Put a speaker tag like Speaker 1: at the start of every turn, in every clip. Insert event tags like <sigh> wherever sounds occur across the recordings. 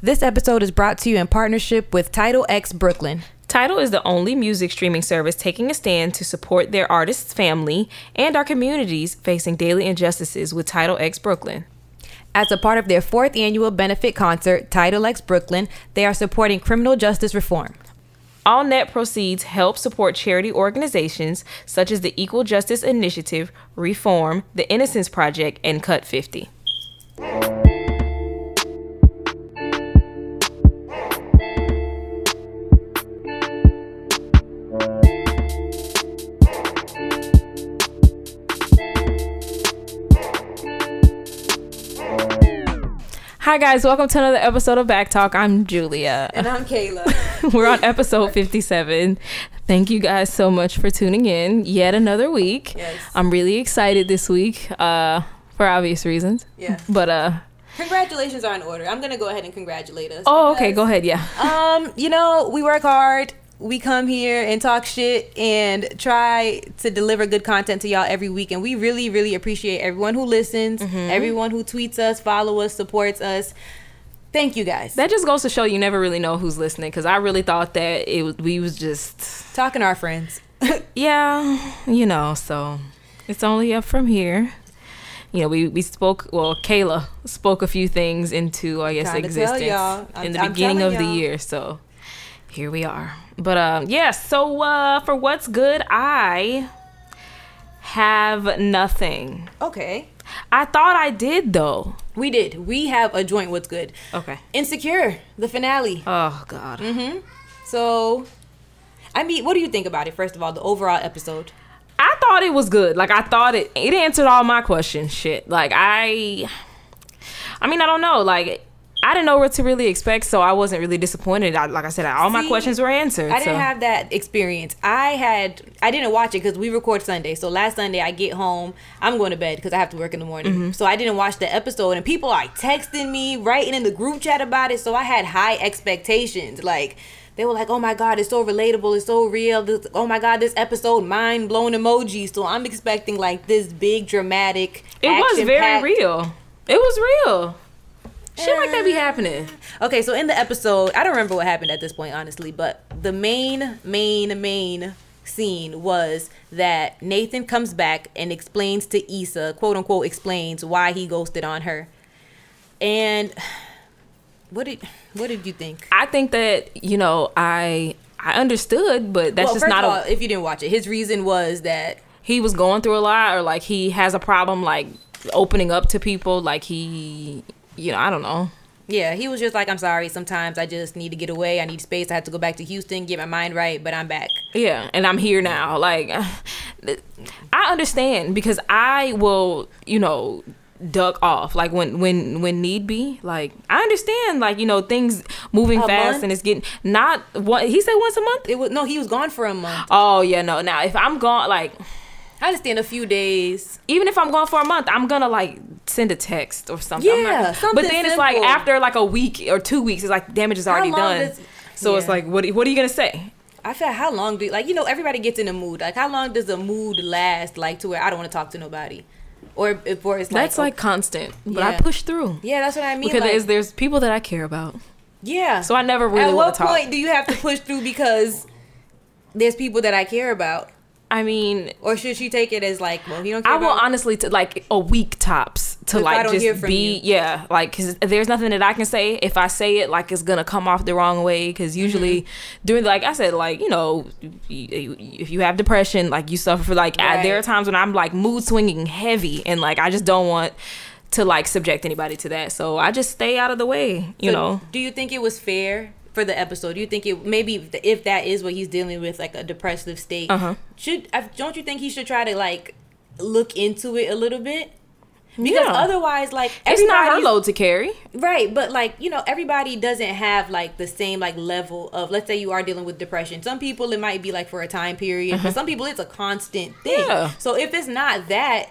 Speaker 1: This episode is brought to you in partnership with Title X Brooklyn.
Speaker 2: Title is the only music streaming service taking a stand to support their artists' family and our communities facing daily injustices with Title X Brooklyn.
Speaker 1: As a part of their fourth annual benefit concert, Title X Brooklyn, they are supporting criminal justice reform.
Speaker 2: All net proceeds help support charity organizations such as the Equal Justice Initiative, Reform, the Innocence Project, and Cut 50. Hi, guys, welcome to another episode of Back Talk. I'm Julia.
Speaker 1: And I'm Kayla. <laughs>
Speaker 2: <laughs> We're on episode 57. Thank you guys so much for tuning in yet another week.
Speaker 1: Yes.
Speaker 2: I'm really excited this week uh, for obvious reasons.
Speaker 1: Yeah.
Speaker 2: But, uh,
Speaker 1: Congratulations are in order. I'm going to go ahead and congratulate us.
Speaker 2: oh, okay, go ahead. Yeah.
Speaker 1: Um, you know, we work hard. We come here and talk shit and try to deliver good content to y'all every week. And we really, really appreciate everyone who listens, everyone who tweets us, follow us, supports us. Thank you guys.
Speaker 2: That just goes to show you never really know who's listening because I really thought that it was, we was just,
Speaker 1: Talking to our friends. <laughs>
Speaker 2: yeah, you know, so it's only up from here. You know, we, we spoke, well, Kayla spoke a few things into, I guess,
Speaker 1: Trying to tell
Speaker 2: existence
Speaker 1: y'all. I'm-
Speaker 2: in the
Speaker 1: I'm
Speaker 2: beginning of
Speaker 1: telling
Speaker 2: the
Speaker 1: y'all.
Speaker 2: year. So here we are. But um, yeah, so uh, for what's good, I have nothing.
Speaker 1: Okay.
Speaker 2: I thought I did, though.
Speaker 1: We did. We have a joint what's good.
Speaker 2: Okay.
Speaker 1: Insecure, the finale.
Speaker 2: Oh, God.
Speaker 1: So I mean, what do you think about it, first of all, the overall episode?
Speaker 2: I thought it was good. Like I thought it it answered all my questions. Shit. Like I I mean, I don't know. Like I didn't know what to really expect, so I wasn't really disappointed. I, like I said, all my
Speaker 1: See,
Speaker 2: questions were answered.
Speaker 1: I didn't
Speaker 2: so.
Speaker 1: have that experience. I had I didn't watch it because we record Sunday. So last Sunday I get home, I'm going to bed because I have to work in the morning.
Speaker 2: Mm-hmm.
Speaker 1: So I didn't watch the episode, and people are like, texting me, writing in the group chat about it. So I had high expectations. Like they were like, "Oh my god, it's so relatable, it's so real." This, oh my god, this episode mind blown emoji. So I'm expecting like this big dramatic.
Speaker 2: It was very
Speaker 1: action-packed-
Speaker 2: real. It was real. Shit like
Speaker 1: Uh,
Speaker 2: that be happening.
Speaker 1: Okay, so in the episode, I don't remember what happened at this point, honestly, but the main, main, main scene was that Nathan comes back and explains to Issa, quote unquote, explains why he ghosted on her. And <sighs> what did what did you think?
Speaker 2: I think that, you know, I I understood, but that's
Speaker 1: well,
Speaker 2: just
Speaker 1: first
Speaker 2: not
Speaker 1: of
Speaker 2: a
Speaker 1: all, if you didn't watch it, his reason was that
Speaker 2: he was going through a lot or like he has a problem like opening up to people, like he you know, I don't know.
Speaker 1: yeah, he was just like, I'm sorry, sometimes I just need to get away. I need space. I have to go back to Houston, get my mind right, but I'm back.
Speaker 2: Yeah, and I'm here now. Like, <sighs> I understand because I will, you know, duck off like when when when need be. Like, I understand. Like, you know, things moving
Speaker 1: A
Speaker 2: fast
Speaker 1: month?
Speaker 2: and it's getting not what he said once a month.
Speaker 1: It was no, he was gone for a month.
Speaker 2: Oh yeah, no. Now if I'm gone, like
Speaker 1: I understand a few days.
Speaker 2: even if I'm gone for a month, I'm gonna like send a text or something. I'm not
Speaker 1: Yeah,
Speaker 2: gonna-
Speaker 1: something
Speaker 2: but then it's like
Speaker 1: simple.
Speaker 2: after like a week or two weeks, it's like damage is already
Speaker 1: long
Speaker 2: done.
Speaker 1: does-
Speaker 2: so it's
Speaker 1: Yeah.
Speaker 2: like what what are you gonna say?
Speaker 1: I feel how long do like you know everybody gets in a mood like how long does a mood last like to where I don't want to talk to nobody or if or it's like
Speaker 2: That's like constant, but I
Speaker 1: Yeah.
Speaker 2: push through.
Speaker 1: yeah that's what I mean
Speaker 2: Because
Speaker 1: like,
Speaker 2: there's, there's people that I care about.
Speaker 1: yeah
Speaker 2: So I never really
Speaker 1: at
Speaker 2: want
Speaker 1: what
Speaker 2: to talk.
Speaker 1: point do you have to push through because there's people that I care about
Speaker 2: I mean,
Speaker 1: or should she take it as like well he don't care
Speaker 2: I will
Speaker 1: about me?
Speaker 2: honestly t- like a week tops to
Speaker 1: If I
Speaker 2: like
Speaker 1: don't hear
Speaker 2: just
Speaker 1: from
Speaker 2: be yeah like because there's nothing that I can say if I say it like it's gonna come off the wrong way
Speaker 1: Mm-hmm.
Speaker 2: because usually during like I said like you know y- y- if you have depression like you suffer for like I, there are
Speaker 1: Right.
Speaker 2: times when I'm like mood swinging heavy and like I just don't want to like subject anybody to that so I just stay out of the way
Speaker 1: So
Speaker 2: you know
Speaker 1: do you think it was fair for the episode do you think it maybe if- if that is what he's dealing with like a depressive state
Speaker 2: Uh-huh.
Speaker 1: should I- don't you think he should try to like look into it a little bit because
Speaker 2: Yeah.
Speaker 1: otherwise like
Speaker 2: it's not her
Speaker 1: everybody's-
Speaker 2: load to carry
Speaker 1: Right, but like, you know, everybody doesn't have like the same like level of let's say you are dealing with depression. Some people it might be like for a time period, but some people it's a constant thing.
Speaker 2: Mm-hmm. Yeah.
Speaker 1: So if it's not that,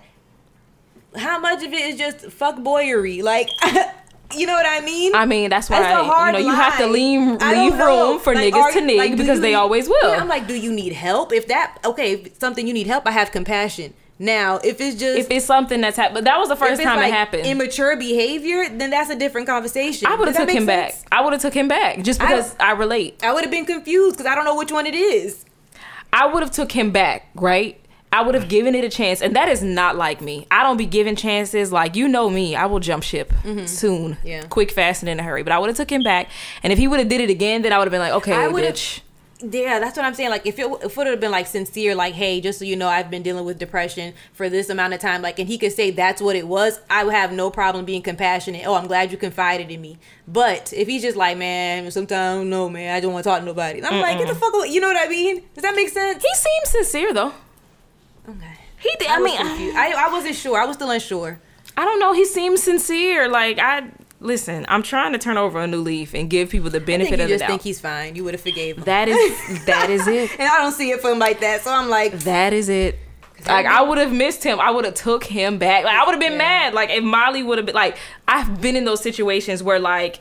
Speaker 1: how much of it is just fuck boyery? Like <laughs> you know what I mean?
Speaker 2: I mean, that's why
Speaker 1: That's a hard
Speaker 2: you know you have to
Speaker 1: line.
Speaker 2: leave
Speaker 1: I don't
Speaker 2: leave
Speaker 1: know.
Speaker 2: room for
Speaker 1: Like,
Speaker 2: niggas
Speaker 1: are-
Speaker 2: to nig
Speaker 1: like, do
Speaker 2: because
Speaker 1: you
Speaker 2: they
Speaker 1: need-
Speaker 2: always will.
Speaker 1: Yeah, I'm like, do you need help? If that okay, if it's something you need help, I have compassion. Now, if it's just
Speaker 2: if it's something that's happened, but that was the
Speaker 1: if
Speaker 2: first
Speaker 1: it's,
Speaker 2: time
Speaker 1: like,
Speaker 2: it happened.
Speaker 1: immature behavior, then that's a different conversation.
Speaker 2: I would
Speaker 1: Does
Speaker 2: have
Speaker 1: that
Speaker 2: took
Speaker 1: make
Speaker 2: him
Speaker 1: sense?
Speaker 2: back. I would have took him back just
Speaker 1: I-
Speaker 2: because I relate.
Speaker 1: I would have been confused because I don't know which one it is.
Speaker 2: I would have took him back, right? I would
Speaker 1: Mm.
Speaker 2: have given it a chance, and that is not like me. I don't be giving chances. Like you know me, I will jump ship soon,
Speaker 1: Mm-hmm. Yeah.
Speaker 2: quick, fast, and in a hurry. But I would have took him back, and if he would have did it again, then I would have been like, okay,
Speaker 1: I would've-
Speaker 2: bitch.
Speaker 1: Yeah, that's what I'm saying. Like, if it, if it would have been like sincere, like, hey, just so you know, I've been dealing with depression for this amount of time, like, and he could say that's what it was, I would have no problem being compassionate. Oh, I'm glad you confided in me. But if he's just like, man, sometimes no, man, I don't want to talk to nobody. I'm like, get the fuck away. You know what I mean? Does that make sense?
Speaker 2: He seems sincere though.
Speaker 1: Okay.
Speaker 2: He did.
Speaker 1: I,
Speaker 2: I,
Speaker 1: was
Speaker 2: mean,
Speaker 1: confused. I, I wasn't sure. I was still unsure.
Speaker 2: I don't know. He seems sincere. Like I listen. I'm trying to turn over a new leaf and give people the
Speaker 1: I think
Speaker 2: benefit
Speaker 1: you
Speaker 2: of the
Speaker 1: just
Speaker 2: doubt.
Speaker 1: think he's fine. You would have forgave him.
Speaker 2: that is that is it.
Speaker 1: <laughs> and I don't see it for him like that. So I'm like,
Speaker 2: That is it. Like I would have missed him. I would have took him back. Like I would have been
Speaker 1: Yeah.
Speaker 2: mad. Like if Molly would have been like I've been in those situations where like,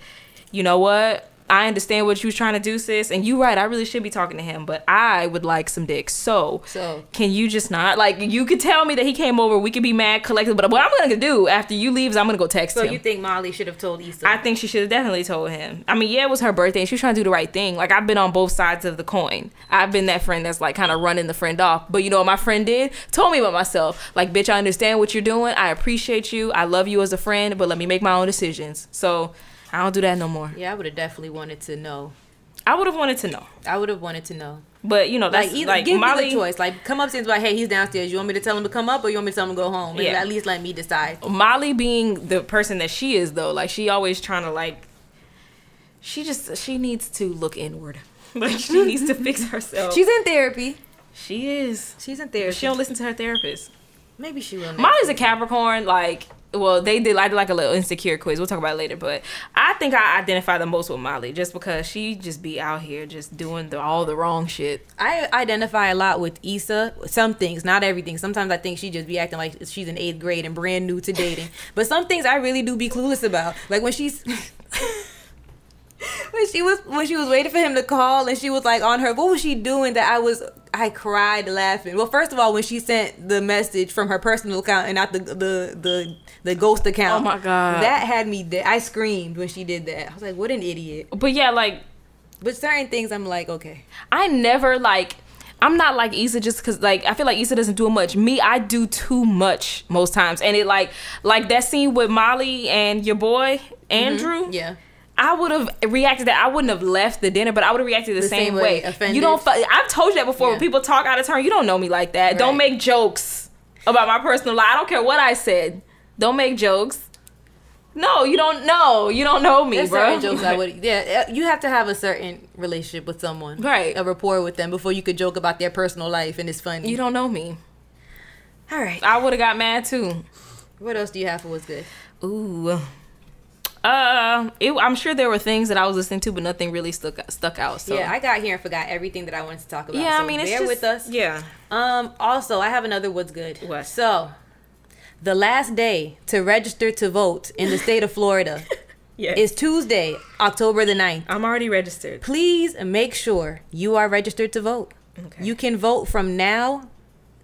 Speaker 2: you know what? I understand what you was trying to do, sis, and you right. I really should be talking to him, but I would like some dick. So,
Speaker 1: So.
Speaker 2: can you just not like you could tell me that he came over. We could be mad, collected. But what I'm gonna do after you leave is I'm gonna go text
Speaker 1: so
Speaker 2: him.
Speaker 1: you think Molly should have told Issa?
Speaker 2: I think she should have definitely told him. I mean, yeah, it was her birthday and she was trying to do the right thing. Like I've been on both sides of the coin. I've been that friend that's like kind of running the friend off. But you know what my friend did? Told me about myself. Like, bitch, I understand what you're doing. I appreciate you. I love you as a friend, but let me make my own decisions. So I don't do that no more.
Speaker 1: yeah, I would have definitely wanted to know.
Speaker 2: I would have wanted to know.
Speaker 1: I would have wanted to know.
Speaker 2: But you know, that's
Speaker 1: Like
Speaker 2: like,
Speaker 1: either give
Speaker 2: Molly.
Speaker 1: me the choice. Like come upstairs, like hey, he's downstairs. You want me to tell him to come up, or you want me to tell him to go home? And
Speaker 2: Yeah.
Speaker 1: At least let me decide.
Speaker 2: Molly being the person that she is though, like she always trying to like she just she needs to look inward. <laughs> Like she needs to fix herself.
Speaker 1: She's in therapy.
Speaker 2: she is.
Speaker 1: She's in therapy.
Speaker 2: She don't listen to her therapist.
Speaker 1: Maybe she will. Next.
Speaker 2: Molly's a Capricorn. Like, well, they did I did like a little insecure quiz. We'll talk about it later. But I think I identify the most with Molly just because she just be out here just doing the, all the wrong shit.
Speaker 1: I identify a lot with Issa. Some things, not everything. Sometimes I think she just be acting like she's in eighth grade and brand new to dating. but some things I really do be clueless about. Like when she's <laughs> when she was when she was waiting for him to call and she was like on her what was she doing that I was I cried laughing. Well, first of all, when she sent the message from her personal account and not the the the, the ghost account.
Speaker 2: Oh, my God.
Speaker 1: That had me dead. I screamed when she did that. I was like, what an idiot.
Speaker 2: But yeah, like
Speaker 1: But certain things I'm like, okay.
Speaker 2: I never like. I'm not like Issa just because like I feel like Issa doesn't do much. Me, I do too much most times, and it like like that scene with Molly and your boy Andrew.
Speaker 1: Yeah.
Speaker 2: I would have reacted that I wouldn't have left the dinner, but I would have reacted the, same,
Speaker 1: same way,
Speaker 2: way.
Speaker 1: offended.
Speaker 2: You don't. fu- I've told you that before.
Speaker 1: Yeah.
Speaker 2: When people talk out of turn, you don't know me like that. Don't
Speaker 1: Right.
Speaker 2: make jokes about my personal life. I don't care what I said. Don't make jokes. No, you don't know. You don't know me,
Speaker 1: There's
Speaker 2: bro.
Speaker 1: certain jokes
Speaker 2: <laughs>
Speaker 1: I would. Yeah, eh, you have to have a certain relationship with someone,
Speaker 2: Right.
Speaker 1: A rapport with them before you could joke about their personal life, and it's funny.
Speaker 2: You don't know me.
Speaker 1: All right.
Speaker 2: I would have got mad too.
Speaker 1: What else do you have for what's good?
Speaker 2: Ooh. Uh, it, I'm sure there were things that I was listening to, but nothing really stuck stuck out. So
Speaker 1: Yeah, I got here and forgot everything that I wanted to talk about.
Speaker 2: yeah.
Speaker 1: so
Speaker 2: I mean, it's
Speaker 1: bear
Speaker 2: just
Speaker 1: with us.
Speaker 2: Yeah,
Speaker 1: Um. Also, I have another what's good.
Speaker 2: What?
Speaker 1: So, the last day to register to vote in the state of
Speaker 2: <laughs>
Speaker 1: Florida
Speaker 2: yeah.
Speaker 1: is Tuesday, October the 9th.
Speaker 2: I'm already registered.
Speaker 1: please make sure you are registered to vote.
Speaker 2: Okay.
Speaker 1: You can vote from now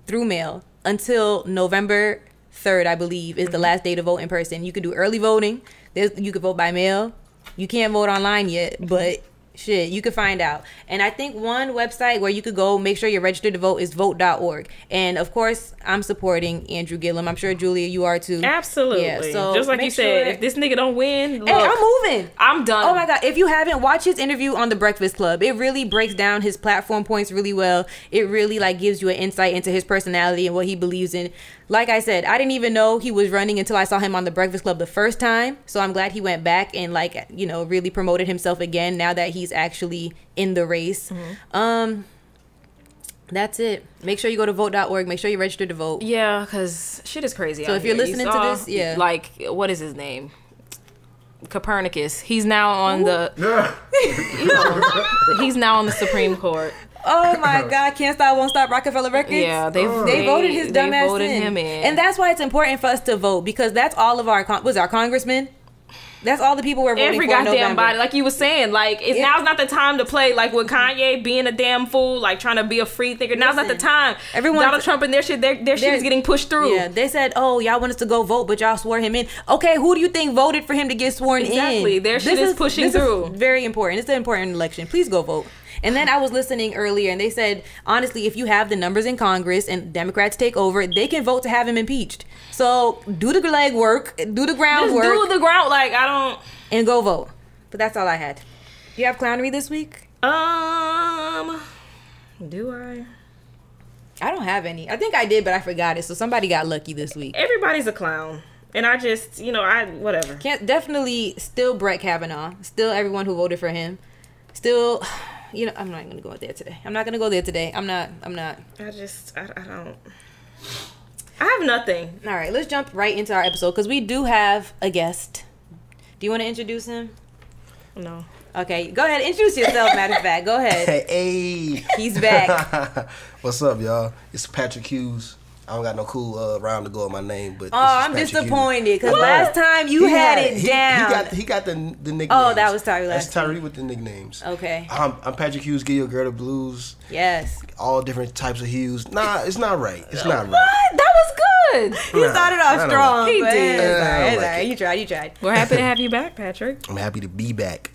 Speaker 1: through mail until November 3rd, I believe,
Speaker 2: Mm-hmm.
Speaker 1: is the last day to vote in person. You can do early voting. There's, you can vote by mail. You can't vote online yet,
Speaker 2: Mm-hmm.
Speaker 1: but shit, you can find out. And I think one website where you could go make sure you're registered to vote is vote.org. And of course, I'm supporting Andrew Gillum. I'm sure, Julia, you are too.
Speaker 2: Absolutely.
Speaker 1: Yeah, so
Speaker 2: just like
Speaker 1: make
Speaker 2: you said,
Speaker 1: sure-
Speaker 2: if this nigga don't win, look,
Speaker 1: Hey, I'm moving.
Speaker 2: I'm done.
Speaker 1: Oh my god! If you haven't watched his interview on the Breakfast Club, it really breaks down his platform points really well. It really like gives you an insight into his personality and what he believes in. Like I said, I didn't even know he was running until I saw him on the Breakfast Club the first time. So I'm glad he went back and like you know really promoted himself again now that he's actually in the race. Um, that's it. Make sure you go to vote.org. Make sure you register to vote.
Speaker 2: Yeah, because shit is crazy.
Speaker 1: So
Speaker 2: out
Speaker 1: if you're
Speaker 2: here.
Speaker 1: listening
Speaker 2: You
Speaker 1: to
Speaker 2: saw,
Speaker 1: this, yeah.
Speaker 2: Like, what is his name? Copernicus. He's now on the. He's now on the
Speaker 1: <laughs>
Speaker 2: Supreme Court.
Speaker 1: Oh my God! Can't stop, won't stop. Rockefeller Records.
Speaker 2: Yeah, they
Speaker 1: They, voted his dumb
Speaker 2: they
Speaker 1: ass
Speaker 2: voted
Speaker 1: in.
Speaker 2: him in.
Speaker 1: And that's why it's important for us to vote because that's all of our con- was our congressman. That's all the people were voting
Speaker 2: every
Speaker 1: for in
Speaker 2: goddamn
Speaker 1: November.
Speaker 2: body. Like you were saying, like it's
Speaker 1: Yeah.
Speaker 2: now's not the time to play. Like with Kanye being a damn fool, like trying to be a free thinker. Now's not the
Speaker 1: Listen,
Speaker 2: time.
Speaker 1: everyone-
Speaker 2: Donald Trump and their shit, their, their shit
Speaker 1: They're-
Speaker 2: is getting pushed through.
Speaker 1: Yeah, they said, "Oh, y'all want us to go vote, but y'all swore him in." Okay, who do you think voted for him to get sworn in?
Speaker 2: Exactly. Their shit is pushing
Speaker 1: this
Speaker 2: through.
Speaker 1: very important. It's an important election. Please go vote. And then I was listening earlier, and they said, honestly, if you have the numbers in Congress and Democrats take over, they can vote to have him impeached. So do the legwork, do the
Speaker 2: Just
Speaker 1: groundwork,
Speaker 2: do the ground. Like I don't.
Speaker 1: and go vote. But that's all I had. Do you have clownery this week?
Speaker 2: Um, do I?
Speaker 1: I don't have any. I think I did, but I forgot it. So somebody got lucky this week.
Speaker 2: Everybody's a clown, and I just, you know, I whatever.
Speaker 1: Can't definitely still Brett Kavanaugh, still everyone who voted for him, still. <sighs> You know, I'm not gonna go there today. I'm not gonna go there today. I'm not. I'm not.
Speaker 2: I just, I, I don't. I have nothing.
Speaker 1: All right, let's jump right into our episode because we do have a guest. Do you want to introduce him?
Speaker 2: No.
Speaker 1: Okay, go ahead. Introduce yourself. Matter of fact, go ahead.
Speaker 3: Hey,
Speaker 1: He's
Speaker 3: <laughs>
Speaker 1: back.
Speaker 3: what's up, y'all? It's Patrick Hughes. I don't got no cool uh, rhyme to go with my name, but this is
Speaker 1: Oh, I'm
Speaker 3: Patrick Hughes.
Speaker 1: disappointed because last time you
Speaker 3: He
Speaker 1: had
Speaker 3: he-
Speaker 1: it
Speaker 3: he
Speaker 1: down.
Speaker 3: got- He got, the the nicknames.
Speaker 1: Oh, that was Tyree
Speaker 3: That's
Speaker 1: last
Speaker 3: Tyree with the nicknames. <laughs>
Speaker 1: Okay.
Speaker 3: I'm, I'm Patrick Hughes. Give your girl the blues.
Speaker 1: Yes.
Speaker 3: All different types of hues. Nah, it's not right. It's not right.
Speaker 2: What? That was good.
Speaker 1: He started
Speaker 3: I
Speaker 1: off
Speaker 3: don't
Speaker 1: strong.
Speaker 2: like it. He
Speaker 1: but
Speaker 2: did.
Speaker 1: It's all right.
Speaker 3: I don't
Speaker 1: It's all
Speaker 3: like
Speaker 1: right.
Speaker 3: it.
Speaker 1: You tried. You tried.
Speaker 2: We're happy to have you back, Patrick.
Speaker 3: I'm happy to be back.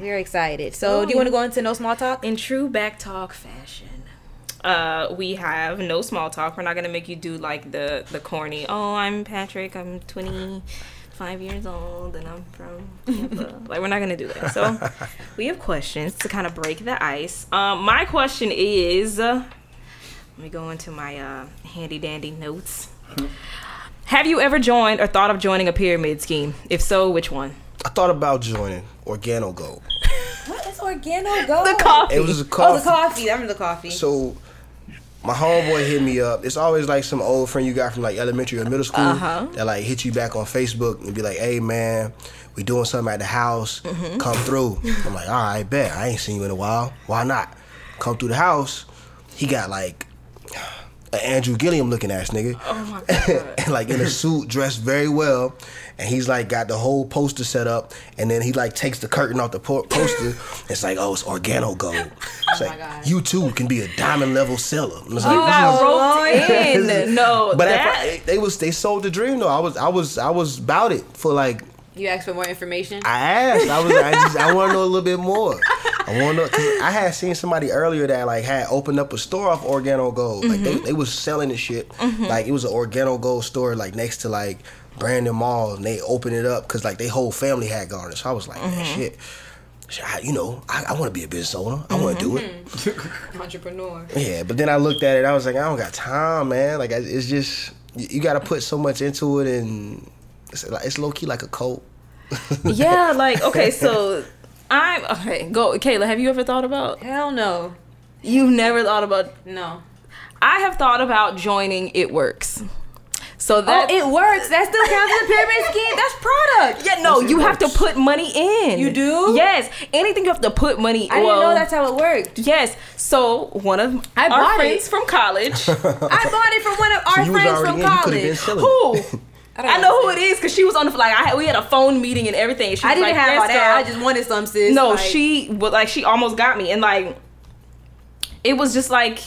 Speaker 1: We're excited. So, do you want to go into no small <gasps> talk?
Speaker 2: In true back talk fashion, uh, we have no small talk. We're not gonna make you do like the the corny. Oh, I'm Patrick. I'm twenty five years old, and I'm from <laughs> Tampa." like we're not gonna do that. <laughs> So we have questions to kind of break the ice. Um, my question is, uh, let me go into my uh, handy dandy <laughs> notes. Have you ever joined or thought of joining a pyramid scheme? If so, which one?
Speaker 3: I thought about joining Organo Gold.
Speaker 1: What is organo go?
Speaker 2: The coffee.
Speaker 3: It was a
Speaker 1: Oh,
Speaker 3: coffee.
Speaker 1: the coffee. I'm the coffee.
Speaker 3: So my homeboy hit me up. It's always like some old friend you got from like elementary or middle school that like hit you back on Facebook and be like, "Hey man, we doing something at the house. Come through." I'm like, "All right, bet. I ain't seen you in a while. Why not? Come through the house." He got like an Andrew Gilliam looking ass nigga. Oh <laughs> my god. and like in a suit, dressed very well. And he's like got the whole poster set up. And then he like takes the curtain off the po- <laughs> poster. it's like, oh, it's organo gold. It's like, you too can be a diamond level seller. And it's like,
Speaker 2: You got
Speaker 1: Oh,
Speaker 2: roped
Speaker 3: <laughs>
Speaker 1: Lord.
Speaker 2: in. No,
Speaker 3: but at
Speaker 2: that,
Speaker 3: fir- they was they sold the dream though. I was I was I was about it for like
Speaker 1: you asked for more information.
Speaker 3: I asked. I was. I just. I want to know a little bit more. I want to. know. 'cause I had seen somebody earlier that like had opened up a store off Organo Gold. Like
Speaker 2: Mm-hmm.
Speaker 3: they, they was selling this shit. Like it was an Organo Gold store like next to like Brandon Mall, and they opened it up because like they whole family had gone. So I was like, man,
Speaker 2: Mm-hmm.
Speaker 3: shit. shit, I, you know, I, I want to be a business owner. I want to do
Speaker 2: Mm-hmm.
Speaker 3: it.
Speaker 1: Entrepreneur.
Speaker 3: Yeah, but then I looked at it. I was like, I don't got time, man. Like I, it's just you, you got to put so much into it, and it's, it's low key like
Speaker 1: <laughs>
Speaker 3: a cult.
Speaker 2: <laughs> yeah,
Speaker 3: <laughs>
Speaker 2: like okay, so I'm okay. Go, Kayla. Have you ever thought about?
Speaker 1: Hell no.
Speaker 2: You've never thought about.
Speaker 1: No.
Speaker 2: I have thought about joining. It works. So that
Speaker 1: oh, it works. That still counts as a pyramid scheme. That's product.
Speaker 2: Yeah, no, you have to put money in.
Speaker 1: You do?
Speaker 2: Yes, anything you have to put money.
Speaker 1: I
Speaker 2: well,
Speaker 1: didn't know that's how it worked.
Speaker 2: Yes, so one of
Speaker 1: I bought
Speaker 2: our friends
Speaker 1: it.
Speaker 2: from college.
Speaker 3: <laughs>
Speaker 1: I bought it from one of our
Speaker 3: you was
Speaker 1: friends
Speaker 3: already
Speaker 1: from
Speaker 3: in. You could have been
Speaker 1: college.
Speaker 3: selling. it.
Speaker 2: who?
Speaker 3: <laughs>
Speaker 1: I don't
Speaker 2: I know who it is because she was on the like I had, we had a phone meeting and everything. She
Speaker 1: I
Speaker 2: was
Speaker 1: didn't
Speaker 2: like,
Speaker 1: have
Speaker 2: "Yes,
Speaker 1: all that.
Speaker 2: girl."
Speaker 1: I just wanted some sis.
Speaker 2: no
Speaker 1: Like,
Speaker 2: she but like she almost got me and like it was just like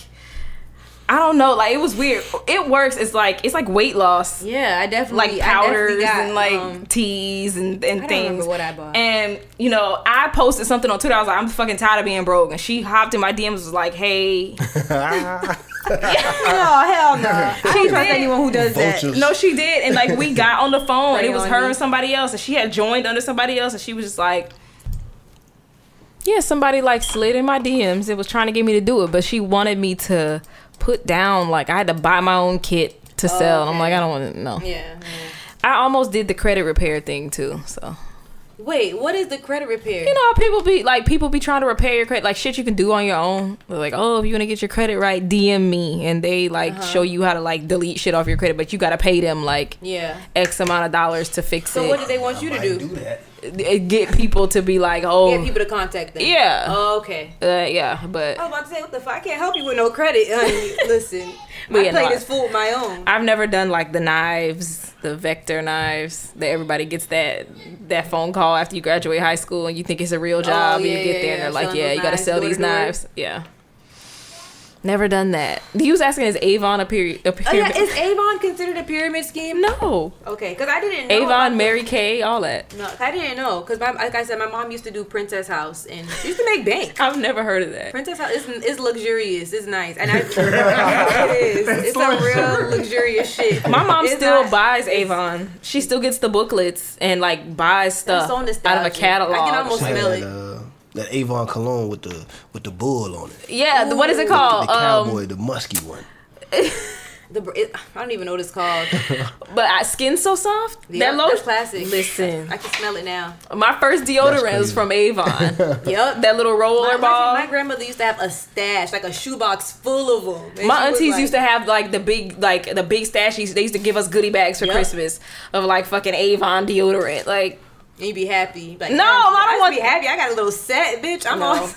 Speaker 2: i don't know like it was weird it works it's like it's like weight loss
Speaker 1: Yeah, I definitely
Speaker 2: like powders
Speaker 1: I definitely got,
Speaker 2: and like
Speaker 1: um,
Speaker 2: teas and, and
Speaker 1: I don't
Speaker 2: things
Speaker 1: remember what I bought.
Speaker 2: and you know i posted something on twitter i was like i'm fucking tired of being broke and she hopped in my dms was like hey <laughs>
Speaker 1: no, hell no. <laughs> I don't trust
Speaker 2: did.
Speaker 1: anyone who does that.
Speaker 3: Vultures.
Speaker 2: No, she did, and like we got on the phone, and
Speaker 1: Pray
Speaker 2: it was
Speaker 1: on
Speaker 2: her
Speaker 1: me.
Speaker 2: and somebody else, and she had joined under somebody else, and she was just like, "Yeah, somebody like slid in my DMs. It was trying to get me to do it, but she wanted me to put down like I had to buy my own kit to sell. And I'm like, I don't want to. No,
Speaker 1: Yeah. yeah.
Speaker 2: I almost did the credit repair thing too. So
Speaker 1: Wait, what is the credit repair?
Speaker 2: you know, people be like, people be trying to repair your credit, like shit you can do on your own. They're like, oh, if you want to get your credit right, DM me, and they like
Speaker 1: Uh-huh.
Speaker 2: show you how to like delete shit off your credit, but you gotta pay them like.
Speaker 1: yeah.
Speaker 2: X amount of dollars to fix
Speaker 1: So
Speaker 2: it.
Speaker 1: what did they want you to
Speaker 3: Might
Speaker 1: do?
Speaker 3: that.
Speaker 2: it. Get people to be like, oh,
Speaker 1: Get people to contact them.
Speaker 2: yeah,
Speaker 1: Oh, okay.
Speaker 2: uh, yeah,
Speaker 1: <laughs>
Speaker 2: but
Speaker 1: I was about to say, what the fuck? I can't help you with no credit. honey. Listen,
Speaker 2: But yeah, no,
Speaker 1: plate
Speaker 2: I-
Speaker 1: is full of my own.
Speaker 2: I've never done like the knives, the vector knives that everybody gets that that phone call after you graduate high school and you think it's a real job. and
Speaker 1: Oh, yeah,
Speaker 2: you get
Speaker 1: yeah,
Speaker 2: there
Speaker 1: yeah,
Speaker 2: and they're like,
Speaker 1: selling
Speaker 2: yeah,
Speaker 1: those
Speaker 2: you got to
Speaker 1: knives
Speaker 2: sell
Speaker 1: door
Speaker 2: these
Speaker 1: to door."
Speaker 2: knives. Yeah. Never done that. He was asking, is Avon a period? A
Speaker 1: Oh, yeah,
Speaker 2: pyramid?
Speaker 1: is Avon considered a pyramid scheme?
Speaker 2: no.
Speaker 1: Okay, because I didn't know. about
Speaker 2: Avon,
Speaker 1: the-
Speaker 2: Mary Kay, all that.
Speaker 1: No, 'cause I didn't know. Because, like I said, my mom used to do Princess House and she used to make bank.
Speaker 2: I've never heard of that.
Speaker 1: Princess House is, is luxurious. It's nice. And I, it is. It's some real luxurious shit.
Speaker 2: My mom
Speaker 1: It's
Speaker 2: still
Speaker 1: not-
Speaker 2: buys
Speaker 1: it's-
Speaker 2: Avon. She still gets the booklets and like buys
Speaker 1: I'm
Speaker 2: stuff
Speaker 1: so
Speaker 2: out of a
Speaker 1: nostalgic.
Speaker 2: catalog.
Speaker 1: I can almost
Speaker 3: Had
Speaker 1: smell
Speaker 3: that,
Speaker 1: it.
Speaker 3: uh, that Avon cologne with the with the bull on
Speaker 2: <laughs>
Speaker 3: it,
Speaker 2: yeah, the- what is it
Speaker 3: the,
Speaker 1: Oh,
Speaker 2: called?
Speaker 3: the
Speaker 2: Um,
Speaker 3: cowboy, the musky one.
Speaker 1: The, br- it, I don't even know what it's
Speaker 2: <laughs>
Speaker 1: called.
Speaker 2: But I, skin so soft.
Speaker 1: Yep,
Speaker 2: that lotion.
Speaker 1: that's classic.
Speaker 2: Listen.
Speaker 1: I can smell it now.
Speaker 2: My first
Speaker 3: That's
Speaker 2: deodorant was
Speaker 3: crazy.
Speaker 2: from Avon.
Speaker 3: <laughs>
Speaker 1: Yep.
Speaker 2: that little
Speaker 1: my,
Speaker 2: roller ball.
Speaker 1: my grandmother used to have a stash, like a shoebox full of them. And
Speaker 2: My
Speaker 1: she was
Speaker 2: aunties
Speaker 1: like-
Speaker 2: used to have like the big, like the big stashes. They used to give us goodie bags for
Speaker 1: Yep.
Speaker 2: Christmas of like fucking Avon deodorant. Like
Speaker 1: And you'd be happy. Like,
Speaker 2: No,
Speaker 1: "Damn,
Speaker 2: I don't
Speaker 1: should
Speaker 2: want-
Speaker 1: be happy. I got a little set, bitch. I'm
Speaker 2: No.
Speaker 1: all.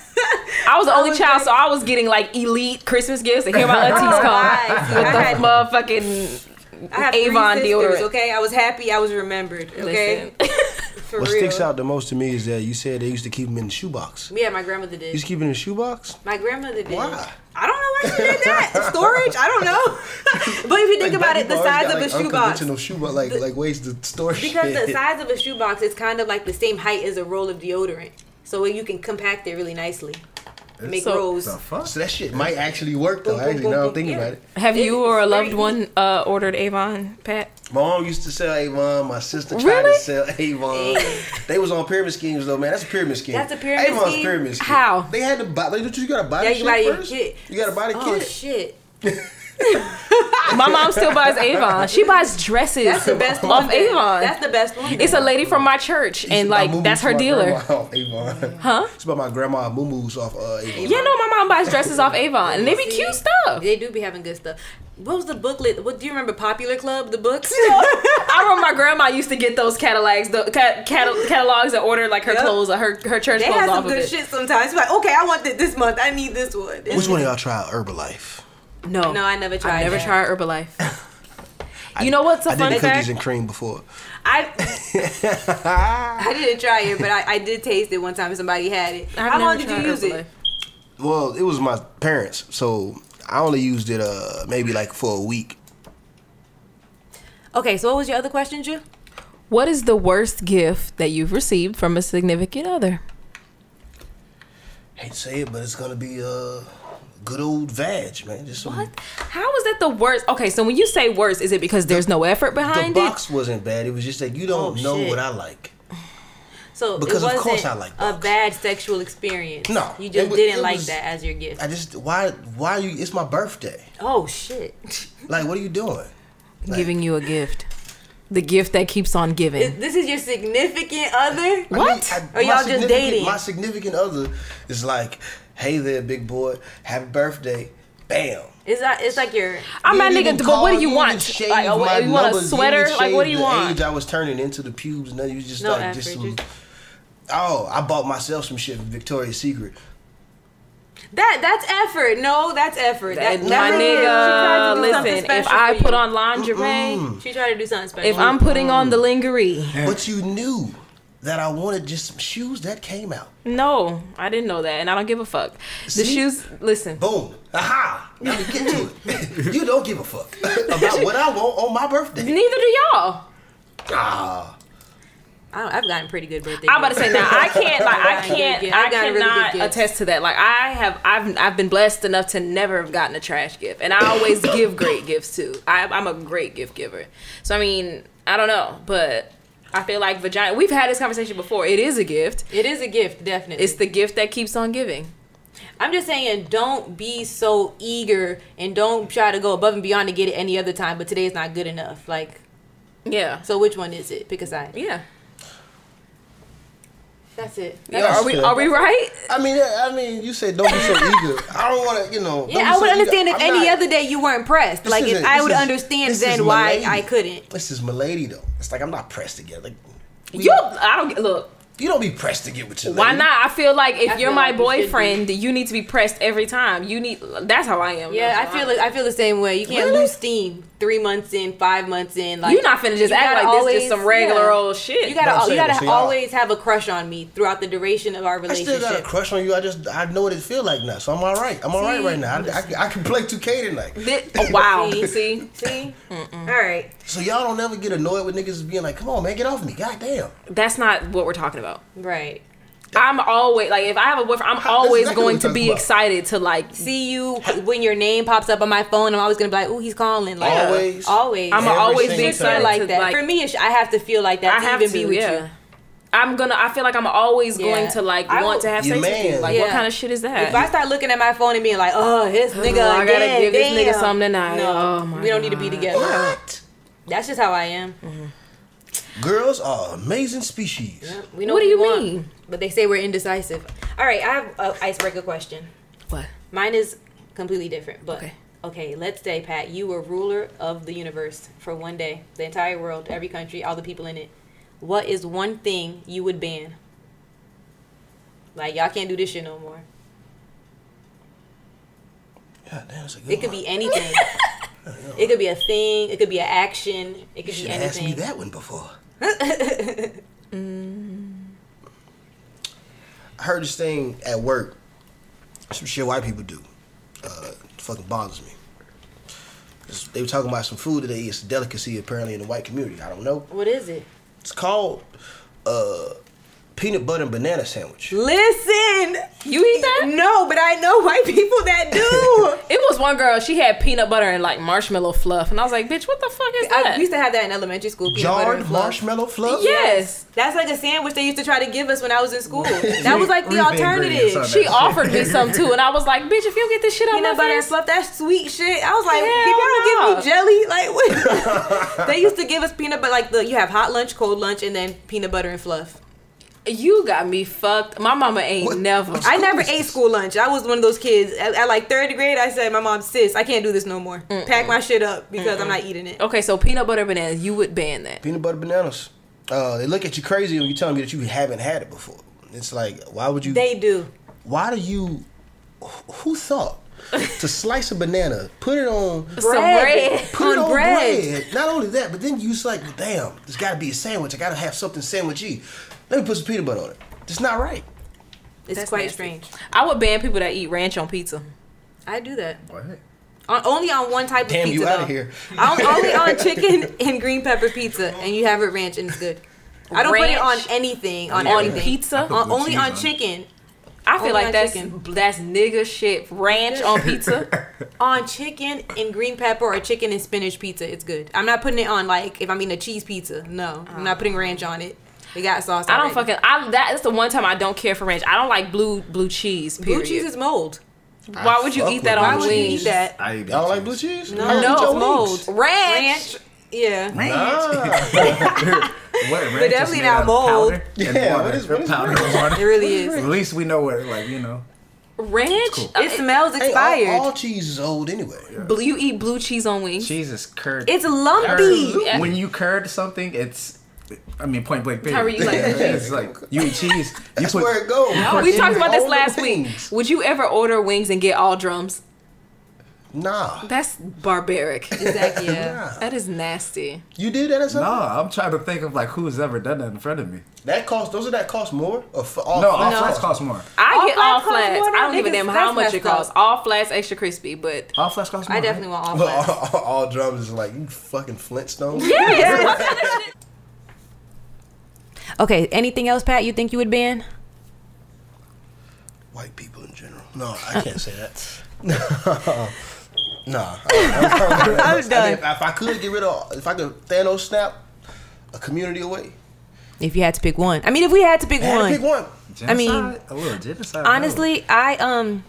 Speaker 1: <laughs>
Speaker 2: I was the only
Speaker 1: was very-
Speaker 2: child, so I was getting like elite Christmas gifts. And here
Speaker 1: <laughs>
Speaker 2: my aunties
Speaker 1: Oh,
Speaker 2: come
Speaker 1: I see.
Speaker 2: with
Speaker 1: I
Speaker 2: the
Speaker 1: had-
Speaker 2: motherfucking
Speaker 1: I have
Speaker 2: Avon
Speaker 1: Avon three sisters,
Speaker 2: deodorant.
Speaker 1: Okay, I was happy. I was remembered. Okay,
Speaker 2: Listen.
Speaker 1: <laughs> for
Speaker 3: What
Speaker 1: real.
Speaker 3: sticks out the most to me is that you said they used to keep them in the shoebox. You
Speaker 1: Yeah, my grandmother
Speaker 3: used
Speaker 1: did.
Speaker 3: to keep it in the shoebox?
Speaker 1: My grandmother did.
Speaker 3: Why?
Speaker 1: I don't know why she did
Speaker 3: <laughs>
Speaker 1: that. Storage? I don't know. <laughs> but if you think about it, the size of a shoebox.
Speaker 3: Unconventional shoebox, like like ways to store
Speaker 1: Because
Speaker 3: shit.
Speaker 1: the size of a shoebox is kind of like the same height as a roll of deodorant, so you can compact it really nicely, make
Speaker 2: So-
Speaker 1: rolls.
Speaker 4: The fuck?
Speaker 3: So that shit might actually work though.
Speaker 1: Boom, boom,
Speaker 3: Actually,
Speaker 1: boom,
Speaker 3: now I'm
Speaker 1: boom.
Speaker 3: thinking
Speaker 1: Yeah.
Speaker 3: about it.
Speaker 2: Have you or a loved
Speaker 1: It's
Speaker 2: one uh, ordered Avon, Pat?
Speaker 3: My mom used to sell Avon. My sister tried
Speaker 2: Really?
Speaker 3: to sell Avon.
Speaker 1: Yeah.
Speaker 3: they was on pyramid schemes though, man. That's a pyramid scheme.
Speaker 1: That's a pyramid
Speaker 3: Avon's
Speaker 1: scheme?
Speaker 3: pyramid scheme.
Speaker 2: How?
Speaker 3: They had to buy. Like, don't you, you gotta buy
Speaker 1: Yeah,
Speaker 3: the
Speaker 1: you
Speaker 3: shit
Speaker 1: buy your
Speaker 3: first?
Speaker 1: kit.
Speaker 3: You gotta buy the
Speaker 1: Oh
Speaker 3: kit.
Speaker 1: shit!
Speaker 2: My mom still buys Avon. She buys dresses
Speaker 1: That's the
Speaker 3: <laughs>
Speaker 1: best
Speaker 2: off
Speaker 1: one. there.
Speaker 2: Avon.
Speaker 1: That's the best one.
Speaker 2: It's a lady from my church, and like that's her dealer.
Speaker 3: Huh? It's about my grandma Moomoo's off uh, Avon.
Speaker 2: Yeah, no, my mom buys dresses off Avon, and they be
Speaker 1: See?
Speaker 2: cute stuff.
Speaker 1: They do be having good stuff. What was the booklet? What do you remember? Popular Club, the
Speaker 2: <laughs>
Speaker 1: books.
Speaker 2: I remember my grandma used to get those catalogs, the ca- catal- catalogs, and order like her
Speaker 1: Yep.
Speaker 2: clothes, or her her church
Speaker 1: they
Speaker 2: clothes
Speaker 1: have
Speaker 2: off
Speaker 1: some
Speaker 2: of
Speaker 1: good
Speaker 2: it.
Speaker 1: shit sometimes. Like, okay, I want it this month. I need this one. It's-
Speaker 3: Which one of y'all tried Herbalife?
Speaker 2: No,
Speaker 1: No, I never tried
Speaker 2: I never
Speaker 1: that.
Speaker 2: tried Herbalife. you know what's a
Speaker 3: <laughs> I did
Speaker 2: fun
Speaker 3: the cookies
Speaker 2: fact?
Speaker 3: and cream before. <laughs>
Speaker 1: I I didn't try it, but I, I did taste it one time. Somebody had it.
Speaker 2: I've
Speaker 1: How long
Speaker 2: never
Speaker 1: did you
Speaker 2: tried
Speaker 1: use
Speaker 2: Herbalife.
Speaker 1: it?
Speaker 3: Well, it was my parents, so I only used it uh maybe like for a week.
Speaker 1: Okay, so what was your other question, Drew?
Speaker 2: What is the worst gift that you've received from a significant other?
Speaker 3: Hate to say it, but it's gonna be uh good old vag, man. Just some,
Speaker 2: What? How is that the worst? Okay, so when you say worst, is it because there's no effort
Speaker 3: the
Speaker 2: behind it?
Speaker 3: box wasn't bad. It was just like you don't
Speaker 1: Oh,
Speaker 3: know
Speaker 1: shit.
Speaker 3: what I like.
Speaker 1: So
Speaker 3: Because
Speaker 1: it
Speaker 3: of
Speaker 1: wasn't
Speaker 3: course I like
Speaker 1: a
Speaker 3: books.
Speaker 1: bad sexual experience.
Speaker 3: No,
Speaker 1: you
Speaker 3: it
Speaker 1: just
Speaker 3: wa-
Speaker 1: didn't
Speaker 3: it
Speaker 1: like
Speaker 3: was-
Speaker 1: that as your gift.
Speaker 3: I just why why you? It's my birthday.
Speaker 1: oh shit!
Speaker 3: <laughs> Like what are you doing? Like,
Speaker 2: Giving you a gift. The gift that keeps on giving.
Speaker 1: this is your significant other.
Speaker 3: I mean,
Speaker 2: What?
Speaker 3: I-
Speaker 1: Or
Speaker 3: my
Speaker 1: y'all just
Speaker 3: significant-
Speaker 1: dating?
Speaker 3: My significant other is like, hey there, big boy, happy birthday, bam.
Speaker 1: It's not, it's like your
Speaker 2: I'm
Speaker 3: You
Speaker 2: not
Speaker 3: didn't
Speaker 2: nigga,
Speaker 3: even
Speaker 2: but what
Speaker 3: call,
Speaker 2: do you
Speaker 3: didn't
Speaker 2: want?
Speaker 3: even shave
Speaker 2: Like, oh,
Speaker 3: my
Speaker 2: what- you want a
Speaker 3: numbers, you
Speaker 2: sweater?
Speaker 3: didn't even
Speaker 2: Like, what do
Speaker 3: shave
Speaker 2: you
Speaker 3: the
Speaker 2: want?
Speaker 3: Age I was turning into the pubes. No, you was just
Speaker 1: No
Speaker 3: like just
Speaker 1: effort,
Speaker 3: some.
Speaker 1: just-
Speaker 3: Oh, I bought myself some shit from Victoria's Secret.
Speaker 1: that that's effort. No, that's effort. That,
Speaker 2: my
Speaker 1: that's it. She tried to do something
Speaker 2: nigga, listen, if
Speaker 1: special
Speaker 2: I
Speaker 1: for
Speaker 2: put
Speaker 1: you.
Speaker 2: on lingerie,
Speaker 1: she tried to do something special.
Speaker 2: if I'm putting on the lingerie.
Speaker 3: But you knew that I wanted just some shoes that came out.
Speaker 2: No, I didn't know that, and I don't give a fuck. The
Speaker 3: See?
Speaker 2: shoes, listen.
Speaker 3: Boom. Aha. Let me get to it. <laughs> you don't give a fuck about what I want on my birthday.
Speaker 2: Neither do y'all.
Speaker 3: Ah.
Speaker 1: I don't, I've gotten pretty good birthday.
Speaker 2: I'm about to
Speaker 1: gifts.
Speaker 2: say now. I can't. Like I can't.
Speaker 1: Yeah, <laughs>
Speaker 2: I
Speaker 1: I got really good
Speaker 2: cannot
Speaker 1: gifts.
Speaker 2: attest to that. Like I have. I've. I've been blessed enough to never have gotten a trash gift, and I always give great gifts too. I, I'm a great gift giver. So I mean, I don't know, but I feel like vagina. We've had this conversation before. It is a gift.
Speaker 1: it is a gift, definitely.
Speaker 2: It's the gift that keeps on giving.
Speaker 1: I'm just saying, don't be so eager and don't try to go above and beyond to get it any other time. But today is not good enough. Like,
Speaker 2: Yeah.
Speaker 1: so which one is it? Pick a side.
Speaker 2: Yeah.
Speaker 1: That's it.
Speaker 2: Yeah, are we? Are we right?
Speaker 3: I mean, I I mean, you said don't
Speaker 1: <laughs>
Speaker 3: be so eager. I don't want to, you know. don't be
Speaker 1: Yeah, I
Speaker 3: so
Speaker 1: would
Speaker 3: eager.
Speaker 1: understand if
Speaker 3: I'm
Speaker 1: any
Speaker 3: not-
Speaker 1: other day you weren't pressed.
Speaker 3: This
Speaker 1: Like, if
Speaker 3: isn't-
Speaker 1: I
Speaker 3: this
Speaker 1: would
Speaker 3: is-
Speaker 1: understand
Speaker 3: this is
Speaker 1: then
Speaker 3: my
Speaker 1: why
Speaker 3: lady.
Speaker 1: I couldn't.
Speaker 3: This is my lady though. It's like I'm not pressed together. Like, we-
Speaker 2: You. I don't. Look.
Speaker 3: You don't be pressed to get with your
Speaker 2: Why
Speaker 3: lady.
Speaker 2: not? I feel like if
Speaker 1: I
Speaker 2: you're
Speaker 1: feel
Speaker 2: my
Speaker 1: like you should be.
Speaker 2: boyfriend, you need to be pressed every time. You need. That's how I am.
Speaker 1: Yeah, I
Speaker 2: That's how
Speaker 1: feel like, I feel the same way. You can't
Speaker 3: Really?
Speaker 1: lose steam three months in, five months in. Like
Speaker 2: You're not finna just
Speaker 1: you
Speaker 2: act
Speaker 1: gotta
Speaker 2: like this just some regular
Speaker 1: yeah.
Speaker 2: old shit.
Speaker 1: You
Speaker 3: But I'm
Speaker 1: gotta you
Speaker 3: saying,
Speaker 1: gotta
Speaker 3: see, I-
Speaker 1: always have a crush on me throughout the duration of our
Speaker 3: I still
Speaker 1: relationship.
Speaker 3: got a crush on you. I just I know what it feel like now, so I'm all right. I'm all right
Speaker 1: See?
Speaker 3: right now. I, I, can- I can play 2K tonight.
Speaker 2: Thi- oh, wow.
Speaker 3: <laughs>
Speaker 1: See?
Speaker 2: See,
Speaker 1: See, all right.
Speaker 3: So y'all don't ever get annoyed with niggas being like, "Come on, man, get off me, goddamn."
Speaker 2: that's not what we're talking about.
Speaker 1: Right.
Speaker 2: I'm always like, if I have a boyfriend, I'm
Speaker 3: That's
Speaker 2: always
Speaker 3: exactly
Speaker 2: going
Speaker 3: what
Speaker 2: to
Speaker 3: we're
Speaker 2: be
Speaker 3: talking about.
Speaker 2: excited to like.
Speaker 1: See you when your name pops up on my phone. I'm always gonna be like, "Ooh, he's calling." Like
Speaker 3: Always.
Speaker 1: always.
Speaker 2: I'm
Speaker 3: Every
Speaker 2: always
Speaker 3: single
Speaker 2: be
Speaker 1: Chicks are
Speaker 2: excited
Speaker 3: time.
Speaker 1: like
Speaker 2: to,
Speaker 1: that.
Speaker 2: Like,
Speaker 1: For me, it's- I have to feel like that
Speaker 2: I
Speaker 1: to
Speaker 2: have
Speaker 1: even
Speaker 2: to
Speaker 1: be with
Speaker 2: yeah.
Speaker 1: you.
Speaker 2: I'm gonna. I feel like I'm always
Speaker 1: Yeah.
Speaker 2: going to like
Speaker 1: I
Speaker 2: want
Speaker 1: would-
Speaker 2: to have
Speaker 3: Your
Speaker 2: sex with you.
Speaker 3: man.
Speaker 2: Like, what
Speaker 1: Yeah.
Speaker 2: kind of shit is that?
Speaker 1: If I start looking at my phone and being like, "Oh, this nigga
Speaker 2: I gotta
Speaker 1: again,
Speaker 2: give this nigga
Speaker 1: damn."
Speaker 2: something tonight.
Speaker 1: No,
Speaker 2: Oh my
Speaker 1: we don't need to be
Speaker 2: God. Mm.
Speaker 1: together.
Speaker 3: What?
Speaker 1: That's just how I am.
Speaker 3: Girls are amazing species.
Speaker 1: We know
Speaker 2: What
Speaker 1: what,
Speaker 2: do you
Speaker 1: we want,
Speaker 2: mean?
Speaker 1: But they say we're indecisive. All right, I have an icebreaker question.
Speaker 2: what?
Speaker 1: Mine is completely different, but
Speaker 2: Okay.
Speaker 1: okay. let's say, Pat, you were ruler of the universe for one day, the entire world, every country, all the people in it. What is one thing you would ban? Like y'all can't do this shit no more.
Speaker 3: God damn, that's a good
Speaker 1: It could
Speaker 3: one.
Speaker 1: be anything.
Speaker 3: <laughs>
Speaker 1: it could be a thing. It could be an action. It
Speaker 3: You
Speaker 1: could
Speaker 3: should
Speaker 1: be
Speaker 3: have asked me
Speaker 1: anything.
Speaker 3: that
Speaker 1: <laughs>
Speaker 3: one before. Mm. I heard this thing at work. Some shit white people do. Uh, fucking bothers me. It's- They were talking about some food that they eat. It's a delicacy apparently in the white community. I don't know.
Speaker 1: What is it?
Speaker 3: It's called uh, peanut butter and banana sandwich.
Speaker 1: Listen.
Speaker 2: You eat that?
Speaker 1: No, but I know white people that
Speaker 2: <laughs>
Speaker 1: do.
Speaker 2: It was one girl. She had peanut butter and like marshmallow fluff, and I was like, "Bitch, what the fuck is
Speaker 1: I
Speaker 2: that?"
Speaker 1: used to have that in elementary school. peanut butter
Speaker 3: Jarred
Speaker 1: and fluff.
Speaker 3: marshmallow fluff.
Speaker 2: yes,
Speaker 1: That's like a sandwich they used to try to give us when I was in school. That was like the
Speaker 3: Reef ingredients on
Speaker 1: alternative.
Speaker 3: that
Speaker 2: she
Speaker 3: shit.
Speaker 2: offered me some too, and I was like, "Bitch, if you get this shit on
Speaker 1: Peanut
Speaker 2: my
Speaker 1: butter and
Speaker 2: face,
Speaker 1: fluff, that's sweet shit. I was like,
Speaker 2: Hell
Speaker 1: can y'all give me jelly? Like, what? they used to give us peanut butter, like, the, you have hot lunch, cold lunch, and then peanut butter and fluff.
Speaker 2: you got me fucked." My mama ain't
Speaker 3: What-
Speaker 2: never.
Speaker 3: what-
Speaker 1: I never
Speaker 3: is
Speaker 1: ate
Speaker 3: this?
Speaker 1: school lunch. I was one of those kids. At, at, like third grade, I said, my mom, sis, I can't do this no more. Pack my shit up because I'm not eating it.
Speaker 2: okay, so peanut butter bananas, you would ban that.
Speaker 3: Peanut butter bananas. Uh, they look at you crazy when you tell me that you haven't had it before. It's like, why would you?
Speaker 1: They do.
Speaker 3: why do you? wh-
Speaker 2: <laughs>
Speaker 3: Who thought to slice a banana, put it on,
Speaker 2: Bread.
Speaker 1: Some bread.
Speaker 3: put it
Speaker 1: on
Speaker 3: on
Speaker 1: bread.
Speaker 3: bread. Not only that, but then you just like, well, damn, there's got to be a sandwich. I got to have something sandwichy. Let me put some peanut butter on it. It's not right.
Speaker 1: It's
Speaker 2: That's
Speaker 1: quite
Speaker 2: nasty.
Speaker 1: strange.
Speaker 2: I would ban people that eat ranch on pizza.
Speaker 1: I do that. On, only on one type
Speaker 3: Damn,
Speaker 1: of pizza.
Speaker 3: you outta
Speaker 1: though.
Speaker 3: here.
Speaker 1: <laughs> On- only
Speaker 3: <laughs>
Speaker 1: on chicken and green pepper pizza, and you have it ranch and it's good. I don't put it on
Speaker 2: Ranch?
Speaker 1: anything. On
Speaker 3: Yeah.
Speaker 2: On
Speaker 1: anything.
Speaker 2: pizza,
Speaker 3: put
Speaker 1: On,
Speaker 3: blue
Speaker 1: only
Speaker 3: cheese
Speaker 1: on
Speaker 3: on it.
Speaker 1: chicken.
Speaker 2: I feel
Speaker 1: Only
Speaker 2: like
Speaker 1: on
Speaker 2: that's
Speaker 1: chicken.
Speaker 2: that's nigga shit. Ranch on pizza.
Speaker 1: On chicken and green pepper or chicken and spinach pizza, it's good. I'm not putting it on like if I'm eating a cheese pizza. No, I'm not putting ranch on it. It got sauce.
Speaker 2: I don't
Speaker 1: already.
Speaker 2: fucking. I that is the one time I don't care for ranch. I don't like blue blue cheese. Period.
Speaker 1: Blue cheese is mold.
Speaker 2: Why would you
Speaker 3: fuck
Speaker 2: eat
Speaker 3: with
Speaker 2: that
Speaker 3: blue
Speaker 2: on
Speaker 1: Why would you
Speaker 2: wings?
Speaker 1: eat that?
Speaker 4: I eat
Speaker 3: Y'all don't like blue cheese?
Speaker 1: No.
Speaker 3: Y'all eat
Speaker 2: No,
Speaker 3: your
Speaker 1: it's mold.
Speaker 3: wings.
Speaker 2: Ranch.
Speaker 1: Ranch. Yeah.
Speaker 3: Nah.
Speaker 4: <laughs> what, ranch
Speaker 1: But
Speaker 4: is
Speaker 1: definitely
Speaker 4: made out
Speaker 1: not
Speaker 4: of
Speaker 1: mold.
Speaker 4: powder
Speaker 3: <laughs>
Speaker 4: and
Speaker 3: Yeah,
Speaker 4: water.
Speaker 3: what is- what is
Speaker 4: Powder and water.
Speaker 1: It really is.
Speaker 4: At least we know where, like, you know.
Speaker 2: Ranch. Uh,
Speaker 1: It smells
Speaker 3: Hey, all-
Speaker 1: expired.
Speaker 3: <laughs> all, cheese is old anyway.
Speaker 2: Blue, Uh, you eat blue cheese on wings.
Speaker 4: Cheese is curd.
Speaker 1: It's lumpy.
Speaker 2: Absolutely. Yeah.
Speaker 4: When you curd something, it's, I mean, point blank.
Speaker 2: Tyra,
Speaker 4: period.
Speaker 2: you like that
Speaker 4: <laughs> it's like, you eat cheese. You
Speaker 3: That's
Speaker 4: put,
Speaker 3: where it goes.
Speaker 2: Oh, We talked about this
Speaker 3: All the
Speaker 2: last week.
Speaker 3: wings.
Speaker 2: Would you ever order wings and get all drums?
Speaker 3: Nah.
Speaker 2: That's barbaric.
Speaker 1: Exactly. Yeah.
Speaker 3: <laughs> Nah.
Speaker 2: that is nasty.
Speaker 3: You did that or something?
Speaker 4: Nah, I'm trying to think of, like, who's ever done that in front of me.
Speaker 3: That cost. Those are that cost more. Or f- all
Speaker 4: No, all
Speaker 3: flat?
Speaker 4: flats cost more.
Speaker 2: I
Speaker 1: All
Speaker 2: get
Speaker 1: flats
Speaker 2: all
Speaker 1: cost
Speaker 2: flats.
Speaker 1: more than
Speaker 2: I don't give a
Speaker 1: niggas.
Speaker 2: damn how
Speaker 1: That's
Speaker 2: much it
Speaker 1: messed up.
Speaker 2: costs. All flats, extra crispy, but
Speaker 4: All flats cost more.
Speaker 1: I definitely
Speaker 4: right?
Speaker 1: want all
Speaker 3: Well,
Speaker 1: flats.
Speaker 3: all, <laughs> all, all drums is like you fucking Flintstone.
Speaker 1: <laughs> Okay. Anything else, Pat? You think you would ban?
Speaker 3: White people in general. No, I can't say that. <laughs> nah,
Speaker 1: <laughs>
Speaker 3: I, am
Speaker 1: I'm done.
Speaker 3: If, if I could get rid of, if I could Thanos snap a community away,
Speaker 1: If you had to pick one, I mean, if we had to pick
Speaker 3: I had
Speaker 1: one,
Speaker 3: to pick one.
Speaker 1: I mean,
Speaker 4: Genocide? a little genocide.
Speaker 1: honestly, I um,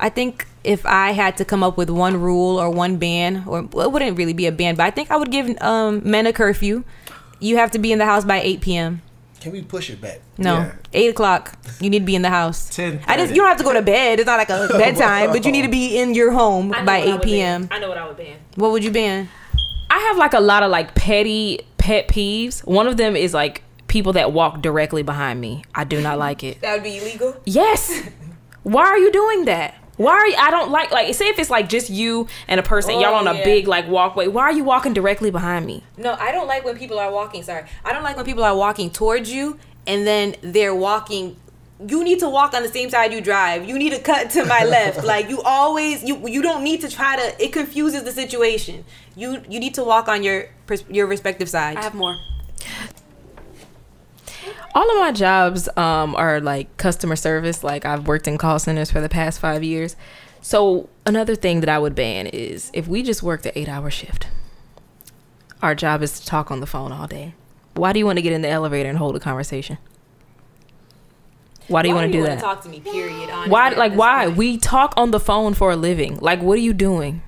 Speaker 1: I think if I had to come up with one rule or one ban, or well, it wouldn't really be a ban, but I think I would give um men a curfew. You have to be in the house by eight p.m.
Speaker 3: Can we push it back?
Speaker 1: No,
Speaker 4: Yeah.
Speaker 1: eight o'clock. You need to be in the house.
Speaker 4: 10:30.
Speaker 1: I just you don't have to go to bed. It's not like a bedtime, but you need to be in your home by eight p.m.
Speaker 2: I know what I would ban.
Speaker 1: What would you ban?
Speaker 2: I have like a lot of like petty pet peeves. One of them is like people that walk directly behind me. I do not like
Speaker 1: <laughs>
Speaker 2: it.
Speaker 5: That would be illegal.
Speaker 2: Yes. Why are you doing that? Why are you, I don't like like say if it's like just you and a person y'all
Speaker 5: Oh,
Speaker 2: on a
Speaker 5: yeah.
Speaker 2: big like walkway. Why are you walking directly behind me?
Speaker 1: No, I don't like when people are walking. Sorry, I don't like when people are walking towards you and then they're walking. You need to walk on the same side you drive. You need to cut to
Speaker 2: <laughs>
Speaker 1: my left. Like you always, you you don't need to try to. It confuses the situation. You you need to walk on your pers- your respective side.
Speaker 5: I have more.
Speaker 2: All of my jobs um, are like customer service. Like I've worked in call centers for the past five years. So another thing that I would ban is if we just worked an eight-hour shift. Our job is to talk on the phone all day. Why do you want to get in the elevator and hold a conversation? Why do you want to do
Speaker 1: wanna
Speaker 2: that?
Speaker 1: Talk to me. Period. honestly,
Speaker 2: why?
Speaker 1: at
Speaker 2: Like
Speaker 1: this
Speaker 2: why?
Speaker 1: point.
Speaker 2: We talk on the phone for a living. Like what are you doing?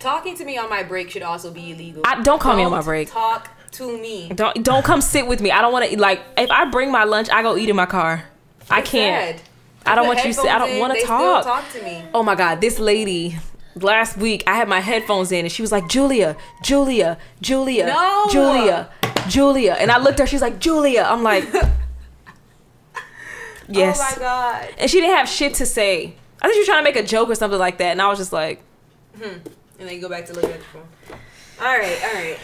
Speaker 1: talking to me on my break should also be illegal.
Speaker 2: I- don't call me on my break.
Speaker 1: Talk to me.
Speaker 2: Don't don't come sit with me. I don't want to like if I bring my lunch, I go eat in my car. I can't.
Speaker 1: Sad.
Speaker 2: I don't
Speaker 1: Put
Speaker 2: want you. sit- I
Speaker 1: headphones
Speaker 2: don't
Speaker 1: in,
Speaker 2: want
Speaker 1: they
Speaker 2: to
Speaker 1: still
Speaker 2: talk.
Speaker 1: Talk to me.
Speaker 2: Oh my god, this lady last week I had my headphones in and she was like Julia, Julia, Julia,
Speaker 1: No.
Speaker 2: Julia, Julia, and I looked at her. She was like Julia. I'm like,
Speaker 1: <laughs>
Speaker 2: yes.
Speaker 1: Oh my Oh god.
Speaker 2: And she didn't have shit to say. I think she was trying to make a joke or something like that, and I was just like,
Speaker 1: And then you go back to looking at your phone. All right. All
Speaker 2: <laughs>
Speaker 1: right.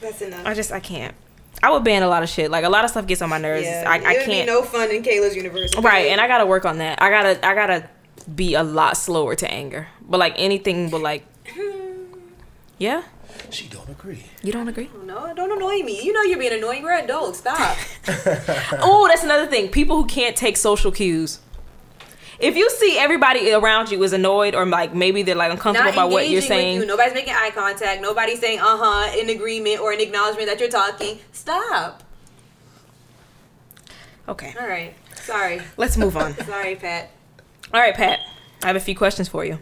Speaker 1: That's enough.
Speaker 2: I just I can't. I would ban a lot of shit. Like a lot of stuff gets on my nerves.
Speaker 1: Yeah,
Speaker 2: I, I
Speaker 1: it would be
Speaker 2: can't.
Speaker 1: no fun in Kayla's universe. okay?
Speaker 2: Right, and I gotta work on that. I gotta I gotta be a lot slower to anger. But like anything
Speaker 1: <laughs>
Speaker 2: but like Yeah?
Speaker 3: She don't agree.
Speaker 2: You don't agree?
Speaker 1: no, don't annoy me. You know you're being annoying. We're adults. Stop.
Speaker 2: <laughs> Oh, that's another thing. People who can't take social cues. If you see everybody around you is annoyed or like maybe they're like uncomfortable
Speaker 1: Not
Speaker 2: about what you're
Speaker 1: engaging
Speaker 2: saying.
Speaker 1: with you. Nobody's making eye contact. Nobody's saying uh huh in agreement or an acknowledgement that you're talking. Stop.
Speaker 2: Okay.
Speaker 1: All right. Sorry.
Speaker 2: Let's move on.
Speaker 1: Sorry, Pat.
Speaker 2: All right, Pat. I have a few questions for you.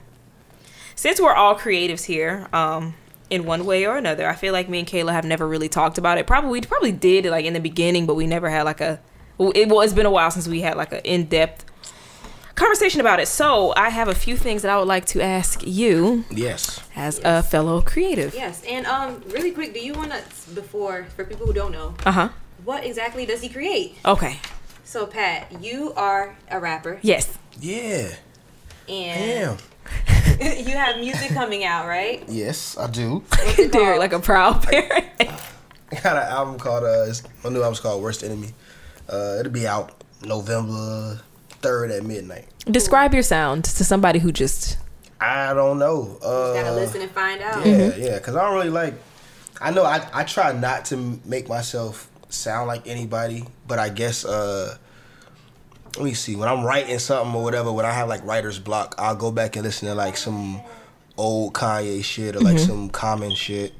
Speaker 2: Since we're all creatives here, um, in one way or another, I feel like me and Kayla have never really talked about it. Probably we probably did like in the beginning, but we never had like a. Well, it, well it's been a while since we had like an in depth conversation about it. So I have a few things that I would like to ask you
Speaker 3: Yes.
Speaker 2: as a fellow creative.
Speaker 1: Yes, and um, really quick, do you want to before for people who don't know,
Speaker 2: Uh huh.
Speaker 1: what exactly does he create?
Speaker 2: Okay.
Speaker 1: So Pat, you are a rapper,
Speaker 2: Yes.
Speaker 3: Yeah.
Speaker 1: and
Speaker 3: Damn.
Speaker 1: <laughs> you have music coming out, right?
Speaker 3: Yes, I do. <laughs>
Speaker 2: <laughs> Derek, like a proud parent.
Speaker 3: I got an album called uh, it's, my new album's called Worst Enemy. Uh, it'll be out November third at midnight.
Speaker 2: Describe your sound to somebody who just.
Speaker 3: I don't know. Uh,
Speaker 1: Gotta listen and find out.
Speaker 3: Yeah, yeah. Cause I don't really like. I know I I try not to m- make myself sound like anybody, but I guess uh, let me see. When I'm writing something or whatever, when I have like writer's block, I'll go back and listen to like some old Kanye shit or like some Common shit.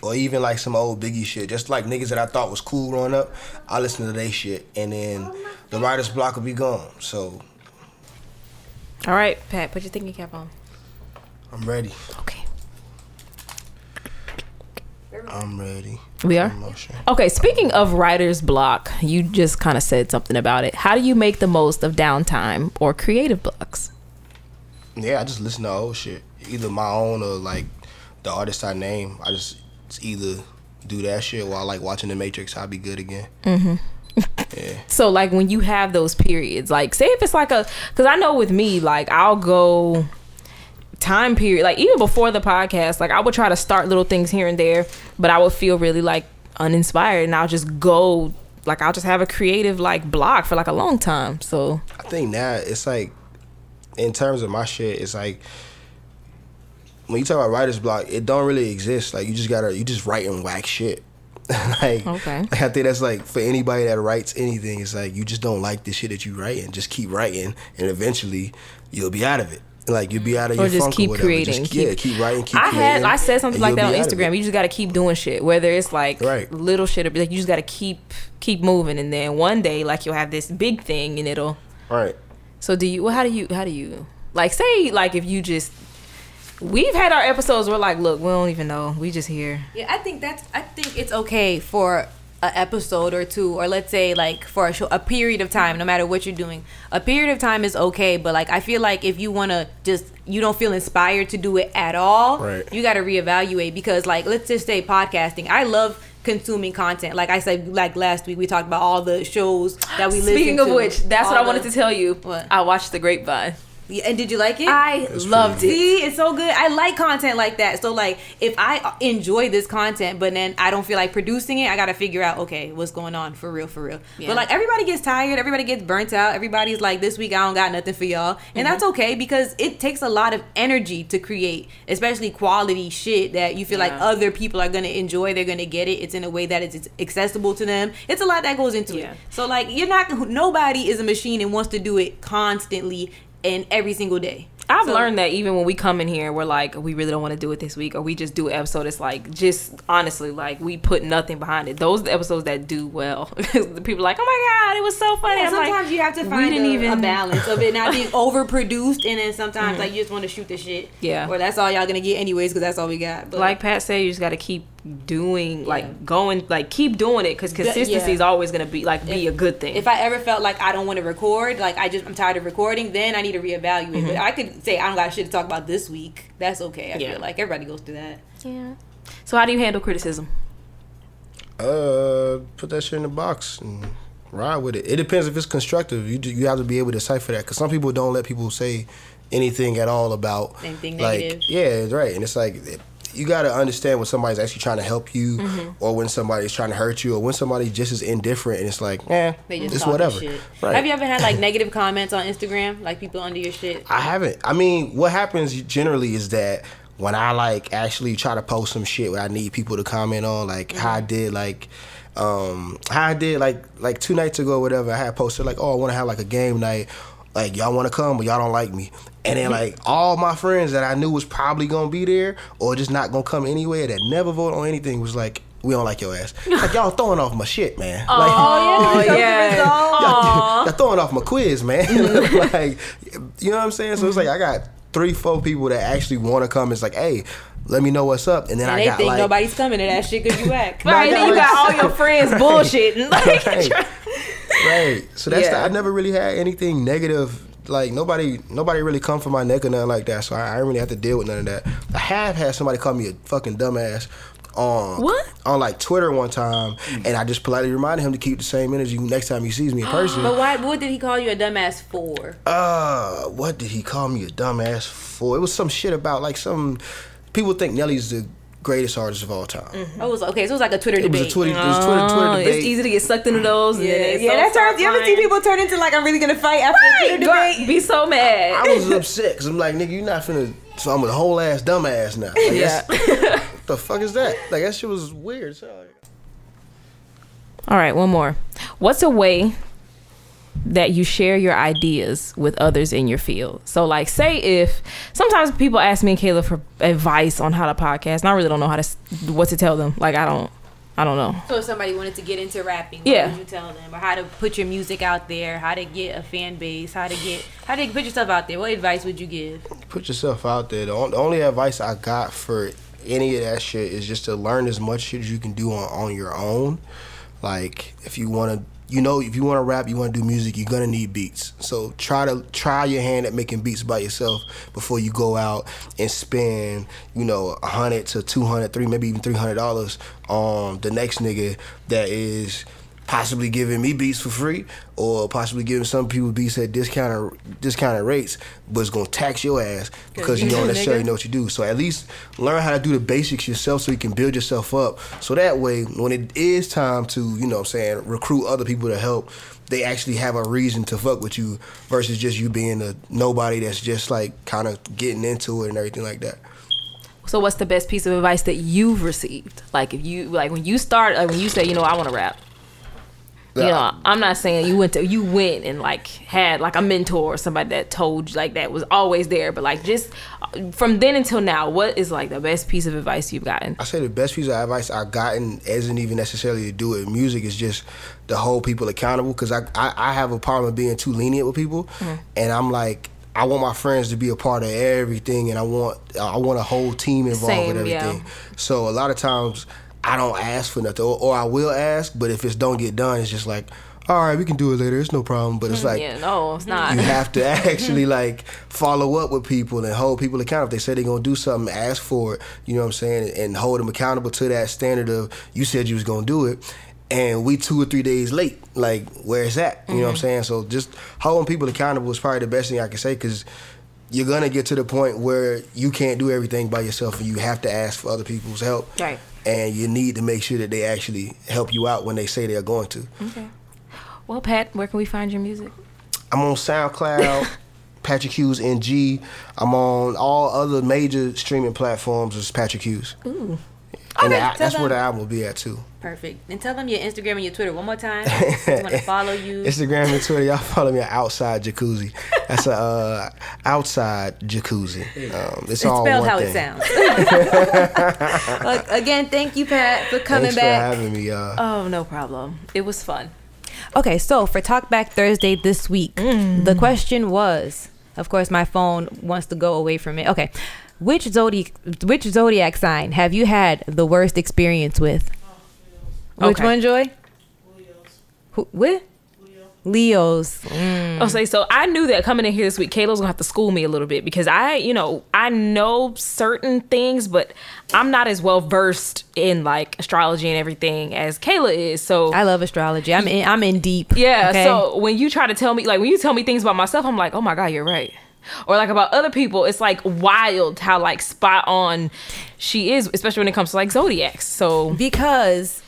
Speaker 3: Or even like some old Biggie shit, just like niggas that I thought was cool growing up. I listen to they shit, and then the writer's block will be gone. So
Speaker 2: All right, Pat, put your thinking cap on.
Speaker 3: I'm ready.
Speaker 2: Okay.
Speaker 3: I'm ready.
Speaker 2: We are?
Speaker 3: Emotion.
Speaker 2: Okay, speaking of writer's block, you just kind of said something about it. How do you make the most of downtime or creative blocks?
Speaker 3: Yeah, I just listen to old shit, either my own or like the artist I name. I just it's either do that shit while like watching The Matrix. I'll be good again.
Speaker 2: So, like when you have those periods, like say if it's like a, because I know with me, like I'll go time period, like even before the podcast, like I would try to start little things here and there, but I would feel really like uninspired and I'll just go, like I'll just have a creative like block for like a long time. So,
Speaker 3: I think now it's like, in terms of my shit, it's like when you talk about writer's block, it don't really exist. Like you just gotta, you just write and whack shit. <laughs> like,
Speaker 2: Okay.
Speaker 3: like, I think that's like for anybody that writes anything, it's like you just don't like the shit that you write and just keep writing, and eventually you'll be out of it. Like you'll be out of
Speaker 2: or
Speaker 3: your
Speaker 2: just
Speaker 3: funk
Speaker 2: keep
Speaker 3: or whatever.
Speaker 2: creating.
Speaker 3: Just, yeah, keep writing. Keep
Speaker 2: I had
Speaker 3: creating,
Speaker 2: I said something
Speaker 3: and
Speaker 2: like
Speaker 3: you'll
Speaker 2: that on
Speaker 3: be out of it.
Speaker 2: Instagram. You just got to keep doing shit, whether it's like
Speaker 3: Right.
Speaker 2: little shit or like you just got to keep keep moving, and then one day like you'll have this big thing, and it'll.
Speaker 3: Right.
Speaker 2: So do you? Well, how do you? How do you? Like say like if you just. We've had our episodes where like, look, we don't even know. We just here.
Speaker 1: Yeah, I think that's. I think it's okay for a episode or two, or let's say like for a show, a period of time. No matter what you're doing, a period of time is okay. But like, I feel like if you wanna just, you don't feel inspired to do it at all,
Speaker 3: Right.
Speaker 1: You gotta reevaluate because like, let's just say podcasting. I love. consuming content. Like I said, like last week we talked about all the shows that we.
Speaker 2: Speaking
Speaker 1: listen
Speaker 2: of
Speaker 1: to,
Speaker 2: which, that's
Speaker 1: all
Speaker 2: what I wanted
Speaker 1: the-
Speaker 2: to tell you.
Speaker 1: What?
Speaker 2: I watched The Grapevine.
Speaker 1: Yeah, And did you like it?
Speaker 2: I loved it.
Speaker 1: See, it's so good. I like content like that. So like, if I enjoy this content, but then I don't feel like producing it, I gotta figure out okay, what's going on for real, for real.
Speaker 2: Yeah.
Speaker 1: But like, everybody gets tired. Everybody gets burnt out. Everybody's like, this week I don't got nothing for y'all, and that's
Speaker 2: Mm-hmm.
Speaker 1: okay because it takes a lot of energy to create, especially quality shit that you feel like
Speaker 2: Yeah.
Speaker 1: other people are gonna enjoy. They're gonna get it. It's in a way that it's accessible to them. It's a lot that goes into
Speaker 2: Yeah.
Speaker 1: it. So like, you're not nobody is a machine and wants to do it constantly. And every single day.
Speaker 2: I've
Speaker 1: So-
Speaker 2: learned that even when we come in here, we're like, we really don't want to do it this week, or we just do an episode. It's like, just honestly, like we put nothing behind it. Those are the episodes that do well, <laughs> the people are like, oh my god, it was so funny.
Speaker 1: Yeah,
Speaker 2: I'm like,
Speaker 1: sometimes you have to
Speaker 2: we
Speaker 1: find a,
Speaker 2: didn't
Speaker 1: a balance of it not being
Speaker 2: <laughs>
Speaker 1: overproduced, and then sometimes like you just want to shoot the shit.
Speaker 2: Mm. Yeah.
Speaker 1: or that's all y'all gonna get anyways because that's all we got. But
Speaker 2: Like Pat said, you just got to keep doing,
Speaker 1: Yeah.
Speaker 2: like going, like keep doing it, because consistency is
Speaker 1: yeah.
Speaker 2: always gonna be like be
Speaker 1: If-
Speaker 2: a good thing.
Speaker 1: if I ever felt like I don't want to record, like I just I'm tired of recording, then I need to reevaluate. But I could say I don't got shit to talk about this week. That's okay. I
Speaker 2: Mm-hmm. Yeah.
Speaker 1: feel like everybody goes through that.
Speaker 2: yeah. So how do you handle criticism?
Speaker 3: Uh, put that shit in the box and ride with it. It depends if it's constructive. You do, you have to be able to decipher that because some people don't let people say anything at all about
Speaker 1: Anything
Speaker 3: like,
Speaker 1: negative.
Speaker 3: Yeah, right. And it's like it- you got to understand when somebody's actually trying to help you,
Speaker 1: Mm-hmm.
Speaker 3: or when somebody's trying to hurt you, or when somebody just is indifferent and it's like, eh,
Speaker 1: They just
Speaker 3: it's
Speaker 1: talking
Speaker 3: whatever.
Speaker 1: shit.
Speaker 3: Right.
Speaker 1: Have you ever had
Speaker 2: <laughs>
Speaker 1: like negative comments on Instagram, like people under your shit?
Speaker 3: I haven't. I mean, what happens generally is that when I like actually try to post some shit where I need people to comment on, like how I did, like um how I did, like like two nights ago, or whatever. I had posted like, oh, I want to have like a game night. Like y'all want to come, but y'all don't like me. And then like all my friends that I knew was probably gonna be there or just not gonna come anyway, that never vote on anything was like, we don't like your ass. Like y'all throwing off my shit, man. Like,
Speaker 2: Oh yeah.
Speaker 3: y'all, y'all throwing off my quiz, man. <laughs> like, you know what I'm saying? So it's like I got three, four people that actually want to come. It's like, hey, let me know what's up, and then
Speaker 1: And they
Speaker 3: I got
Speaker 1: think
Speaker 3: like, <laughs>
Speaker 1: nobody's coming to that shit because you whack.
Speaker 3: Nah,
Speaker 2: <laughs>
Speaker 3: I
Speaker 2: Right,
Speaker 3: got,
Speaker 2: then you
Speaker 3: like-
Speaker 2: got all your
Speaker 3: <laughs>
Speaker 2: friends bullshitting. <laughs> Like,
Speaker 3: right, right. So that's
Speaker 2: Yeah.
Speaker 3: the, I never really had anything negative. Like nobody, nobody really come for my neck or nothing like that. So I, I didn't really have to deal with none of that. I have had somebody call me a fucking dumbass. On
Speaker 2: What?
Speaker 3: on like Twitter one time, and I just politely reminded him to keep the same energy next time he sees me in person.
Speaker 1: But why? What did he call you a dumbass for?
Speaker 3: uh what did he call me a dumbass for? It was some shit about like some people think Nelly's the greatest artist of all time.
Speaker 1: Oh, it was okay. So it was like a Twitter
Speaker 3: It was
Speaker 1: debate.
Speaker 3: a Twitter, it was Twitter,
Speaker 2: Mm-hmm. Oh,
Speaker 3: Twitter debate.
Speaker 2: it's easy to get sucked into those. and then
Speaker 1: Yeah,
Speaker 2: it's
Speaker 1: yeah.
Speaker 2: so
Speaker 1: That turns. You ever see
Speaker 2: satisfying.
Speaker 1: people turn into like I'm really gonna fight after a
Speaker 2: Right,
Speaker 1: Twitter
Speaker 2: girl,
Speaker 1: debate?
Speaker 2: be so mad.
Speaker 3: I was upset because I'm like, nigga, you not finna. So I'm a whole ass dumbass now. Like, yeah. <laughs> What the fuck is that? Like that shit was weird. So.
Speaker 2: All right, one more. What's a way that you share your ideas with others in your field? So, like, say if sometimes people ask me and Kayla for advice on how to podcast, and I really don't know how to s- what to tell them. Like, I don't, I don't know.
Speaker 1: So if somebody wanted to get into rapping,
Speaker 2: Yeah.
Speaker 1: what would you tell them? Or how to put your music out there? How to get a fan base? How to get? How to put yourself out there? What advice would you give?
Speaker 3: put yourself out there. The on- the only advice I got for any of that shit is just to learn as much shit as you can do on, on your own. Like if you want to, you know, if you want to rap, you want to do music, you're gonna need beats. So try to try your hand at making beats by yourself before you go out and spend, you know, a hundred to two hundred, three, maybe even three hundred dollars on the next nigga that is possibly giving me beats for free or possibly giving some people beats at discounted discounted rates but it's gonna tax your ass because you
Speaker 1: you
Speaker 3: don't
Speaker 1: the
Speaker 3: necessarily
Speaker 1: nigga.
Speaker 3: know what you do so at least learn how to do the basics yourself so you can build yourself up so that way when it is time to you know what i'm saying recruit other people to help they actually have a reason to fuck with you versus just you being a nobody that's just like kind of getting into it and everything like that
Speaker 2: So, what's the best piece of advice that you've received? Like, if you like when you start, like when you say, you know, I want to rap. You know, I'm not saying you went to you went and like had like a mentor or somebody that told you like that was always there, but like just uh, from then until now, what is like the best piece of advice you've gotten?
Speaker 3: I say the best piece of advice I've gotten isn't even necessarily to do it. with Music is just to hold people accountable because I, I, I have a problem being too lenient with people,
Speaker 2: Mm.
Speaker 3: and I'm like I want my friends to be a part of everything, and I want I want a whole team involved with
Speaker 2: Same, yeah.
Speaker 3: everything. So a lot of times I don't ask for nothing, or, or I will ask, but if it don't get done, it's just like. all right, we can do it later. It's no problem. But it's like
Speaker 2: Mm, yeah, no, it's not.
Speaker 3: <laughs> you
Speaker 2: <laughs>
Speaker 3: have to actually like follow up with people and hold people accountable. If they say they're gonna do something, ask for it. You know what I'm saying? And hold them accountable to that standard of you said you was gonna do it, and we two or three days late. Like where's that? You know
Speaker 2: Mm-hmm.
Speaker 3: what I'm saying? So just holding people accountable is probably the best thing I can say because. You're gonna get to the point where you can't do everything by yourself, and you have to ask for other people's help.
Speaker 2: Right.
Speaker 3: And you need to make sure that they actually help you out when they say they're going to.
Speaker 2: Okay. Well, Pat, where can we find your music?
Speaker 3: I'm
Speaker 1: <laughs>
Speaker 3: on SoundCloud, Patrick Hughes NG. I'm on all other major streaming platforms as Patrick Hughes. Ooh. And
Speaker 1: Okay,
Speaker 3: the-
Speaker 1: so
Speaker 3: that's where
Speaker 1: then-
Speaker 3: the album will be at too.
Speaker 1: Perfect. And tell them your Instagram and your Twitter one more
Speaker 3: <laughs>
Speaker 1: time. we want to follow you.
Speaker 3: Instagram and Twitter,
Speaker 1: <laughs>
Speaker 3: y'all follow me at Outside Jacuzzi. That's a uh, outside
Speaker 1: <laughs>
Speaker 3: jacuzzi. Um, it's, all
Speaker 1: Spelled
Speaker 3: one
Speaker 1: how
Speaker 3: thing.
Speaker 1: it sounds. <laughs>
Speaker 2: Look, again, thank you, Pat, for
Speaker 3: Thanks for having me, uh, y'all.
Speaker 2: Oh, no problem. It was fun.
Speaker 1: Okay, so for Talk Back Thursday this week,
Speaker 2: Mm.
Speaker 1: the question was, of course, my phone wants to go away from it. Okay, which zodiac which zodiac sign have you had the worst experience with? Which
Speaker 2: Okay.
Speaker 1: one, Joy? Who, what? Leo's.
Speaker 2: I'll say so. I knew that coming in here this week, Kayla's gonna have to school me a little bit because I, you know, I know certain things, but I'm not as well versed in like astrology and everything as Kayla is. So
Speaker 1: I love astrology. I'm in, I'm in deep.
Speaker 2: Yeah.
Speaker 1: okay?
Speaker 2: So when you try to tell me, like when you tell me things about myself, I'm like, oh my god, you're right. Or like about other people, it's like wild how like spot on she is, especially when it comes to like zodiacs. So
Speaker 1: because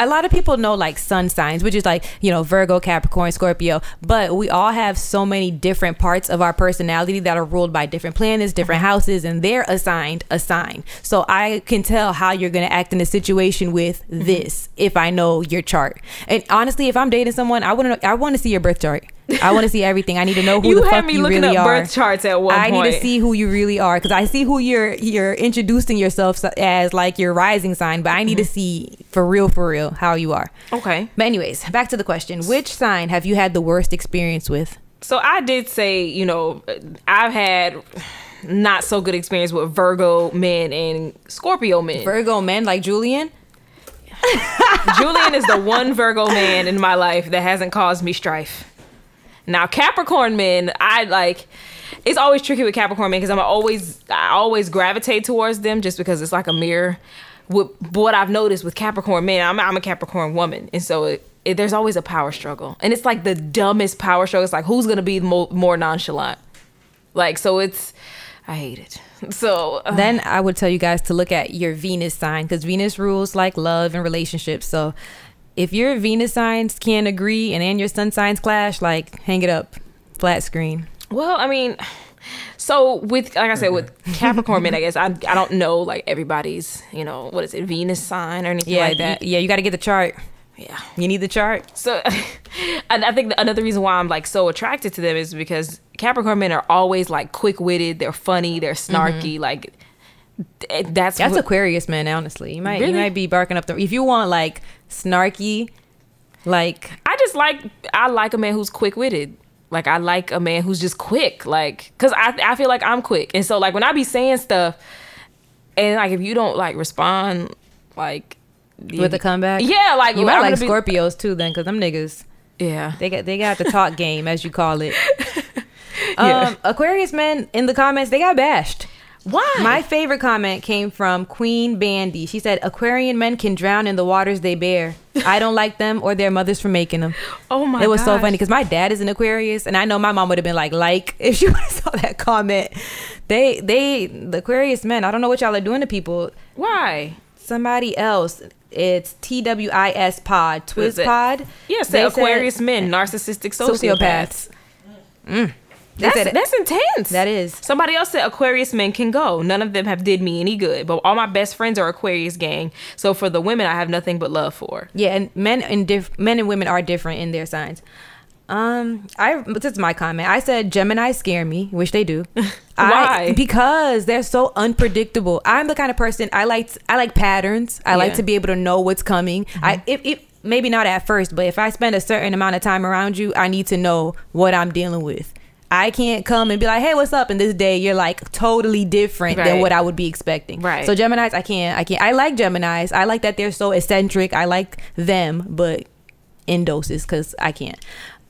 Speaker 1: a lot of people know like sun signs, which is like, you know, Virgo, Capricorn, Scorpio, but we all have so many different parts of our personality that are ruled by different planets, different
Speaker 2: Uh-huh.
Speaker 1: houses, and they're assigned a sign. So I can tell how you're going to act in a situation with
Speaker 2: Mm-hmm.
Speaker 1: this if I know your chart. And honestly, if I'm dating someone, I want to I want to see your birth chart. I want to see everything. I need to know who
Speaker 2: You
Speaker 1: the
Speaker 2: had
Speaker 1: fuck
Speaker 2: me
Speaker 1: you
Speaker 2: looking
Speaker 1: really
Speaker 2: up
Speaker 1: are.
Speaker 2: birth charts at one
Speaker 1: I need to
Speaker 2: point.
Speaker 1: see who you really are because I see who you're you're introducing yourself so- as like your rising sign, but I need to see for real, for real how you are.
Speaker 2: okay.
Speaker 1: But anyways, back to the question: Which sign have you had the worst experience with?
Speaker 2: So I did say, you know, I've had not so good experience with Virgo men and Scorpio men.
Speaker 1: Virgo men like Julian.
Speaker 2: Julian is the one Virgo man in my life that hasn't caused me strife. Now Capricorn men, I like. It's always tricky with Capricorn men because I'm always I always gravitate towards them just because it's like a mirror. With what I've noticed with Capricorn men, I'm, I'm a Capricorn woman, and so it, it, there's always a power struggle, and it's like the dumbest power struggle. It's like who's gonna be mo- more nonchalant? Like so, it's I hate it. So uh,
Speaker 1: Then I would tell you guys to look at your Venus sign because Venus rules like love and relationships. So if your Venus signs can't agree and and your Sun signs clash, like hang it up, flat screen.
Speaker 2: Well, I mean, so with like I said, with Capricorn men, I guess I I don't know like everybody's you know what is it Venus sign or anything
Speaker 1: Yeah,
Speaker 2: like that.
Speaker 1: yeah, you got to get the chart.
Speaker 2: Yeah.
Speaker 1: You need the chart.
Speaker 2: So, <laughs> and I think another reason why I'm like so attracted to them is because Capricorn men are always like quick witted. They're funny. They're snarky. Like th- that's
Speaker 1: That's
Speaker 2: what-
Speaker 1: Aquarius man, honestly. You might you
Speaker 2: Really?
Speaker 1: might be barking up the if you want like snarky, like
Speaker 2: I just like I like a man who's quick witted. Like I like a man who's just quick. Like cuz I I feel like I'm quick. And so like when I be saying stuff and like if you don't like respond like
Speaker 1: with a comeback.
Speaker 2: Yeah, like
Speaker 1: You might
Speaker 2: I'm
Speaker 1: like
Speaker 2: gonna be-
Speaker 1: Scorpios too then cuz them niggas
Speaker 2: Yeah.
Speaker 1: they got they got the
Speaker 2: <laughs>
Speaker 1: talk game as you call it.
Speaker 2: Yeah.
Speaker 1: Um Aquarius men in the comments they got
Speaker 2: <gasps>
Speaker 1: bashed.
Speaker 2: Why?
Speaker 1: My favorite comment came from Queen Bandy. She said Aquarian men can drown in the waters they bear. I don't like them or their mothers for making
Speaker 2: <laughs>
Speaker 1: them.
Speaker 2: oh my
Speaker 1: it was so
Speaker 2: gosh.
Speaker 1: funny because my dad is an Aquarius, and I know my mom would have been like, like <laughs> if she would have saw that comment. They, they, the Aquarius men. I don't know what y'all are doing to people.
Speaker 2: Why?
Speaker 1: Somebody else. It's T W I S Pod,
Speaker 2: Is
Speaker 1: Twiz
Speaker 2: it-
Speaker 1: Pod.
Speaker 2: Yes,
Speaker 1: They
Speaker 2: the
Speaker 1: said
Speaker 2: Aquarius men, narcissistic sociopaths.
Speaker 1: sociopaths. Mm. They
Speaker 2: That's,
Speaker 1: said it-
Speaker 2: that's intense.
Speaker 1: That is.
Speaker 2: Somebody else said Aquarius men can go. None of them have did me any good, but all my best friends are Aquarius gang. So for the women, I have nothing but love for.
Speaker 1: Yeah, and men and diff- men and women are different in their signs. Um, I this is my comment. I said Gemini scare me, which they
Speaker 2: <laughs>
Speaker 1: do. I,
Speaker 2: Why?
Speaker 1: because they're so unpredictable. I'm the kind of person I like. I like patterns. I like
Speaker 2: Yeah. Mm-hmm.
Speaker 1: to be able to know what's coming. I if, if maybe not at first, but if I spend a certain amount of time around you, I need to know what I'm dealing with. I can't come and be like, "Hey, what's up?" And this day you're like totally different than
Speaker 2: Right.
Speaker 1: what I would be expecting.
Speaker 2: Right.
Speaker 1: So Gemini's, I can't. I can't. I like Gemini's. I like that they're so eccentric. I like them, but in doses because I can't.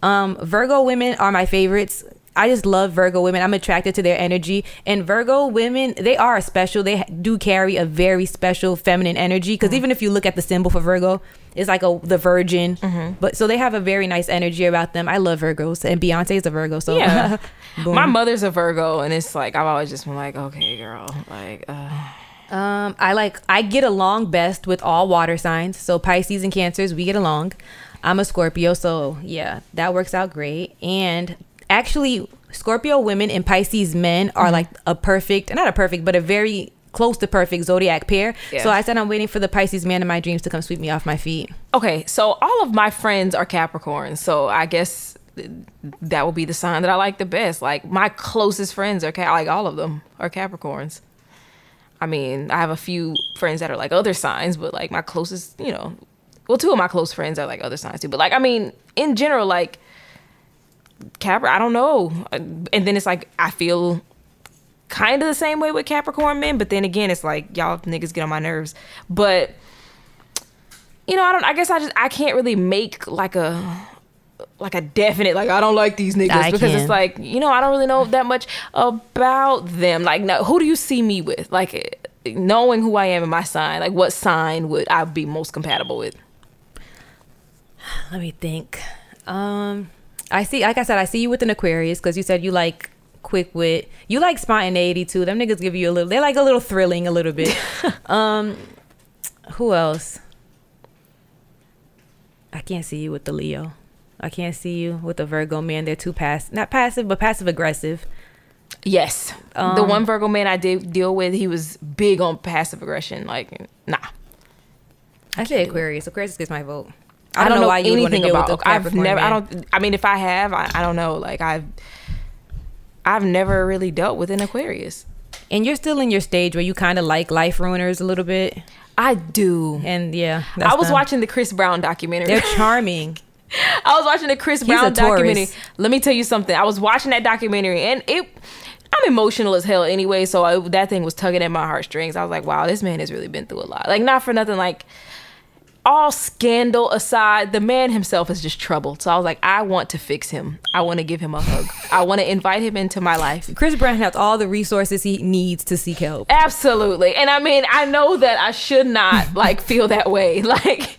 Speaker 1: Um, Virgo women are my favorites. I just love Virgo women. I'm attracted to their energy. And Virgo women, they are special. They ha- do carry a very special feminine energy because
Speaker 2: Mm-hmm.
Speaker 1: even if you look at the symbol for Virgo, it's like a the virgin.
Speaker 2: Mm-hmm.
Speaker 1: But so they have a very nice energy about them. I love Virgos and Beyonce is a Virgo. So
Speaker 2: Yeah.
Speaker 1: <laughs> boom.
Speaker 2: My mother's a Virgo, and it's like I've always just been like, okay, girl, like, uh,
Speaker 1: Um, I like I get along best with all water signs. So Pisces and Cancers, we get along. I'm a Scorpio, so yeah, that works out great. And actually, Scorpio women and Pisces men are like a perfect, not a perfect, but a very close to perfect zodiac pair.
Speaker 2: Yeah.
Speaker 1: So I said I'm waiting for the Pisces man in my dreams to come sweep me off my feet.
Speaker 2: okay. So all of my friends are Capricorn, so I guess th- that will be the sign that I like the best. Like my closest friends are Cap, like all of them are Capricorns. I mean, I have a few friends that are like other signs, but like my closest, you know, well, two of my close friends are like other signs too. But like, I mean, in general, like Capri, I don't know. And then it's like I feel kind of the same way with Capricorn men, but then again, it's like y'all niggas get on my nerves. But you know, I don't. I guess I just I can't really make like a like a definite like I don't like these niggas
Speaker 1: I
Speaker 2: because
Speaker 1: can.
Speaker 2: it's like you know I don't really know that much about them. Like, no, who do you see me with? Like knowing who I am in my sign, like what sign would I be most compatible with?
Speaker 1: Let me think. Um, I see. Like I said, I see you with an Aquarius because you said you like quick wit. You like spontaneity too. Them niggas give you a little. They like a little thrilling, a little
Speaker 2: <laughs>
Speaker 1: bit. um, who else? I can't see you with the Leo. I can't see you with the Virgo man. They're too pass, not passive, but passive aggressive.
Speaker 2: Yes. the
Speaker 1: Um,
Speaker 2: one Virgo man I did deal with, he was big on passive aggression. Like, nah.
Speaker 1: I say Aquarius. Aquarius gets my vote.
Speaker 2: I don't, know, why
Speaker 1: would wanna
Speaker 2: anything
Speaker 1: deal with
Speaker 2: about.
Speaker 1: a
Speaker 2: I've
Speaker 1: Capricorn
Speaker 2: never. I
Speaker 1: man.
Speaker 2: don't. I mean, if I have, I, I don't know. Like, I've. I've never really dealt with an Aquarius.
Speaker 1: And you're still in your stage where you kind of like life ruiners a little bit.
Speaker 2: I do.
Speaker 1: And yeah,
Speaker 2: I
Speaker 1: that's
Speaker 2: was
Speaker 1: them.
Speaker 2: watching the Chris Brown documentary. <laughs>
Speaker 1: They're charming.
Speaker 2: I was watching the Chris
Speaker 1: a
Speaker 2: Brown
Speaker 1: Taurus.
Speaker 2: documentary. Let me tell you something. I was watching that documentary, and it. I'm emotional as hell anyway, so I, that thing was tugging at my heartstrings. I was like, wow, this man has really been through a lot. Like, not for nothing. Like, all scandal aside, the man himself is just troubled. So I was like, I want to fix him. I want to give him a hug. I want to invite him into my life.
Speaker 1: Chris Brown has all the resources he needs to seek help.
Speaker 2: Absolutely. And I mean, I know that I should not like feel that way. <laughs> Like,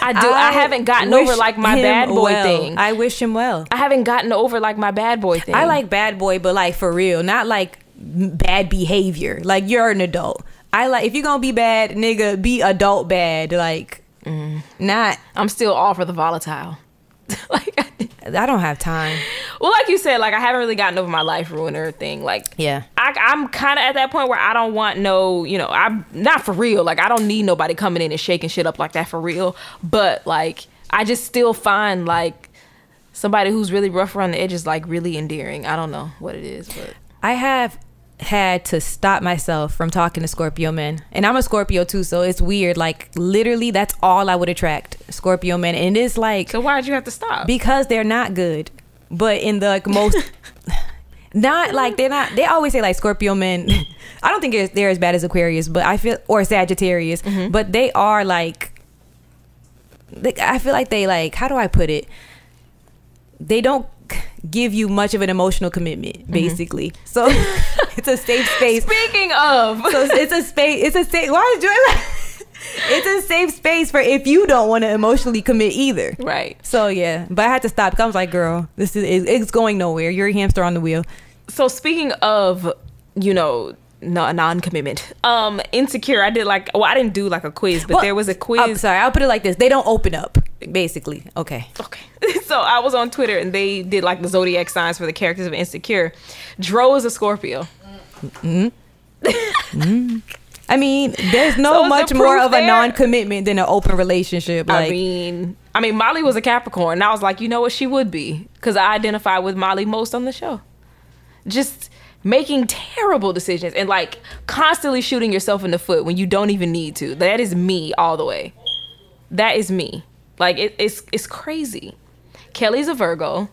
Speaker 2: I do. I, haven't gotten
Speaker 1: wish
Speaker 2: over like my
Speaker 1: him
Speaker 2: bad boy
Speaker 1: well.
Speaker 2: thing.
Speaker 1: I wish him well.
Speaker 2: I haven't gotten over like my bad boy thing.
Speaker 1: I like bad boy, but like for real, not like m- bad behavior. Like you're an adult. I like if you're gonna be bad, nigga, be adult bad. Like
Speaker 2: Mm.
Speaker 1: not.
Speaker 2: I'm still all for the volatile. <laughs> like, I,
Speaker 1: I don't have time.
Speaker 2: well, like you said, like I haven't really gotten over my life ruiner thing. Like,
Speaker 1: Yeah.
Speaker 2: I, I'm kind of at that point where I don't want no, you know, I'm not for real. Like, I don't need nobody coming in and shaking shit up like that for real. But like, I just still find like somebody who's really rough around the edges like really endearing. I don't know what it is, but
Speaker 1: I have had to stop myself from talking to Scorpio men. And I'm a Scorpio too, so it's weird. Like literally that's all I would attract. Scorpio men. And it's like
Speaker 2: so why did you have to stop?
Speaker 1: because they're not good but in the like, most not like they're not they always say like scorpio men i don't think they're, they're as bad as aquarius but i feel or sagittarius but they are like they, i feel like they like how do i put it they don't give you much of an emotional commitment basically so it's a safe
Speaker 2: <laughs>
Speaker 1: space
Speaker 2: Speaking of,
Speaker 1: so it's- it's a space. It's a safe. Why is Joy like? <laughs> It's a safe space for if you don't want to emotionally commit either.
Speaker 2: <laughs> right.
Speaker 1: So yeah, but I had to stop. 'cause I was like, "Girl, this is it- it's going nowhere. You're a hamster on the wheel."
Speaker 2: so speaking of you know no, non-commitment um insecure i did like well i didn't do like a quiz but
Speaker 1: Well,
Speaker 2: there was a
Speaker 1: I'm
Speaker 2: quiz
Speaker 1: sorry, I'll put it like this: they don't open up, basically. Okay.
Speaker 2: okay <laughs> so i was on twitter and they did like the zodiac signs for the characters of insecure dro is a scorpio
Speaker 1: I mean, there's no
Speaker 2: <laughs> So is the
Speaker 1: much more
Speaker 2: proof
Speaker 1: of a
Speaker 2: there?
Speaker 1: non-commitment than an open relationship. Like,
Speaker 2: i mean i mean molly was a capricorn and i was like you know what she would be because i identify with molly most on the show just making terrible decisions and like constantly shooting yourself in the foot when you don't even need to that is me all the way that is me like it, it's it's crazy kelly's a virgo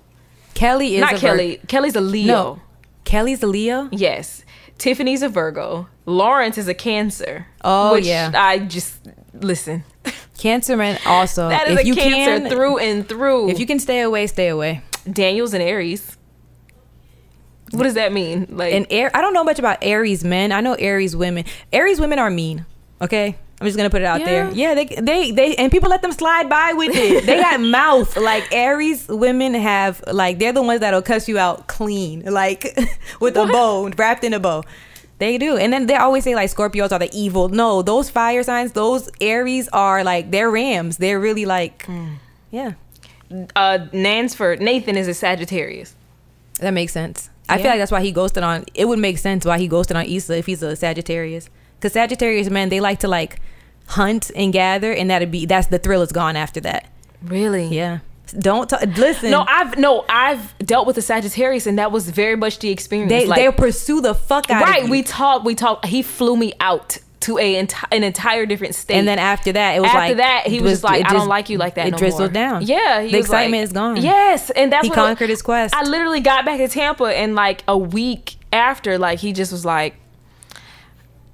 Speaker 1: Kelly is
Speaker 2: not
Speaker 1: a Vir-
Speaker 2: kelly kelly's a leo
Speaker 1: No, Kelly's a Leo.
Speaker 2: yes tiffany's a virgo lawrence is a cancer
Speaker 1: Oh,
Speaker 2: which
Speaker 1: yeah.
Speaker 2: i just listen <laughs>
Speaker 1: Cancer men also.
Speaker 2: That is
Speaker 1: if
Speaker 2: a
Speaker 1: you
Speaker 2: cancer
Speaker 1: can,
Speaker 2: through and through.
Speaker 1: If you can stay away, stay away.
Speaker 2: Daniel's and Aries. What does that mean? Like
Speaker 1: And Air, I don't know much about Aries men. I know Aries women. Aries women are mean. Okay, I'm just gonna put it out there. Yeah, they, they, they, and people let them slide by with it. they got mouth. Like Aries women have, like they're the ones that'll cuss you out clean, <laughs> like with a bow, wrapped in a bow. They do, and then they always say like Scorpios are the evil. No, those fire signs, those Aries are like they're rams. They're really like, yeah,
Speaker 2: uh Nansford, Nathan is a Sagittarius.
Speaker 1: that makes sense. I feel
Speaker 2: Yeah.
Speaker 1: like that's why he ghosted on. It would make sense why he ghosted on Issa if he's a Sagittarius, because Sagittarius men they like to like hunt and gather, and that'd be that's the thrill is gone after that.
Speaker 2: Really?
Speaker 1: Yeah, don't ta- listen.
Speaker 2: No, I've no, I've dealt with a Sagittarius, and that was very much the experience.
Speaker 1: they
Speaker 2: Like,
Speaker 1: they pursue the fuck out
Speaker 2: right.
Speaker 1: of you.
Speaker 2: We talked. We talked. He flew me out to a enti- an entire different state.
Speaker 1: and then after that, it was
Speaker 2: after
Speaker 1: like
Speaker 2: that, he was, just like,
Speaker 1: it
Speaker 2: "I
Speaker 1: just-
Speaker 2: don't like you like that."
Speaker 1: It
Speaker 2: no
Speaker 1: drizzled
Speaker 2: more.
Speaker 1: down.
Speaker 2: Yeah, he
Speaker 1: the
Speaker 2: was like-
Speaker 1: excitement is gone.
Speaker 2: Yes, and that's
Speaker 1: He
Speaker 2: when-
Speaker 1: conquered his quest.
Speaker 2: I literally got back to Tampa, and like a week after, like he just was like.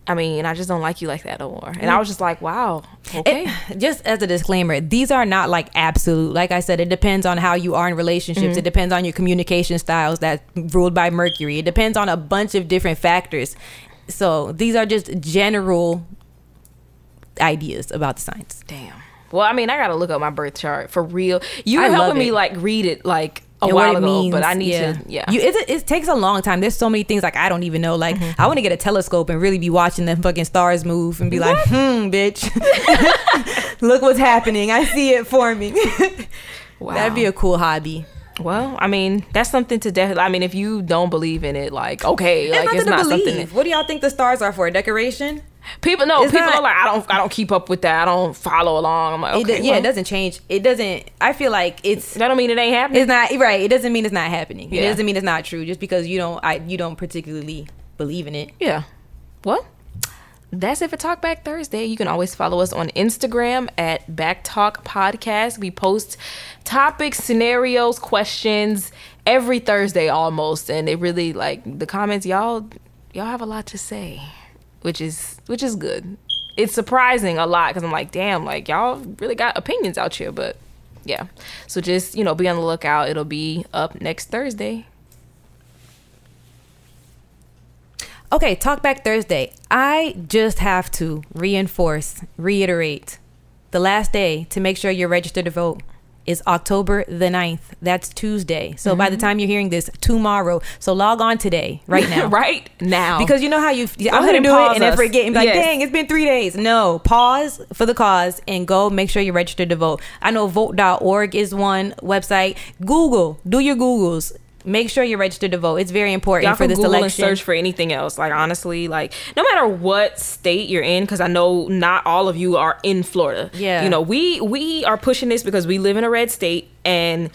Speaker 2: I mean, I just don't like you like that no more. And I was just like, wow, okay.
Speaker 1: Mm. <laughs> It- just as a disclaimer, these are not like absolute. Like I said, it depends on how you are in relationships.
Speaker 2: Mm-hmm.
Speaker 1: It depends on your communication styles that's ruled by Mercury. It depends on a bunch of different factors. So these are just general ideas about the signs.
Speaker 2: Damn. Well, I mean, I gotta look up my birth chart for real. You
Speaker 1: I
Speaker 2: were
Speaker 1: love
Speaker 2: helping me
Speaker 1: it.
Speaker 2: like read it like a
Speaker 1: and
Speaker 2: while
Speaker 1: what it
Speaker 2: ago,
Speaker 1: means.
Speaker 2: but I need
Speaker 1: yeah.
Speaker 2: to. Yeah.
Speaker 1: You, it, it takes a long time. There's so many things like I don't even know. Like
Speaker 2: Mm-hmm.
Speaker 1: I want to get a telescope and really be watching the fucking stars move and be like, hmm,
Speaker 2: <laughs>
Speaker 1: bitch, <laughs> look what's happening. I see it forming.
Speaker 2: wow.
Speaker 1: That'd be a cool hobby.
Speaker 2: well. I mean, that's something to definitely. I mean, if you don't believe in it, like okay, like it's not something. that-
Speaker 1: what do y'all think the stars are for? Decoration?
Speaker 2: people no,
Speaker 1: It's
Speaker 2: people
Speaker 1: not-
Speaker 2: are like, I don't, I don't keep up with that. I don't follow along. I'm like,
Speaker 1: It do-
Speaker 2: okay,
Speaker 1: yeah,
Speaker 2: well,
Speaker 1: it doesn't change. It doesn't. I feel like it's
Speaker 2: that don't mean it ain't happening.
Speaker 1: it's not right. It doesn't mean it's not happening. It
Speaker 2: Yeah.
Speaker 1: doesn't mean it's not true just because you don't. I you don't particularly believe in it.
Speaker 2: Yeah. Well, that's it for Talk Back Thursday. You can always follow us on Instagram at Back Talk Podcast. We post topics, scenarios, questions every Thursday almost, and it really like the comments y'all y'all have a lot to say, which is which is good. It's surprising a lot because I'm like, damn, like y'all really got opinions out here, but yeah. So just you know, be on the lookout. It'll be up next Thursday.
Speaker 1: Okay, Talk Back Thursday. I just have to reinforce, reiterate the last day to make sure you're registered to vote is October the 9th. That's Tuesday. So by the time you're hearing this, tomorrow. So log on today, <laughs> right now.
Speaker 2: <laughs> right now,
Speaker 1: because you know how you
Speaker 2: Go
Speaker 1: I'm gonna
Speaker 2: ahead and
Speaker 1: do it
Speaker 2: pause
Speaker 1: and then
Speaker 2: us.
Speaker 1: forget and be like,
Speaker 2: Yes.
Speaker 1: dang, it's been three days. No, pause for the cause and go make sure you're registered to vote. I know vote.org is one website. Google, do your Googles. Make sure you're registered to vote. It's very important
Speaker 2: y'all
Speaker 1: for
Speaker 2: can
Speaker 1: this
Speaker 2: Google
Speaker 1: election.
Speaker 2: and search for anything else. Like honestly, like no matter what state you're in, because I know not all of you are in Florida.
Speaker 1: Yeah.
Speaker 2: you know we we are pushing this because we live in a red state, and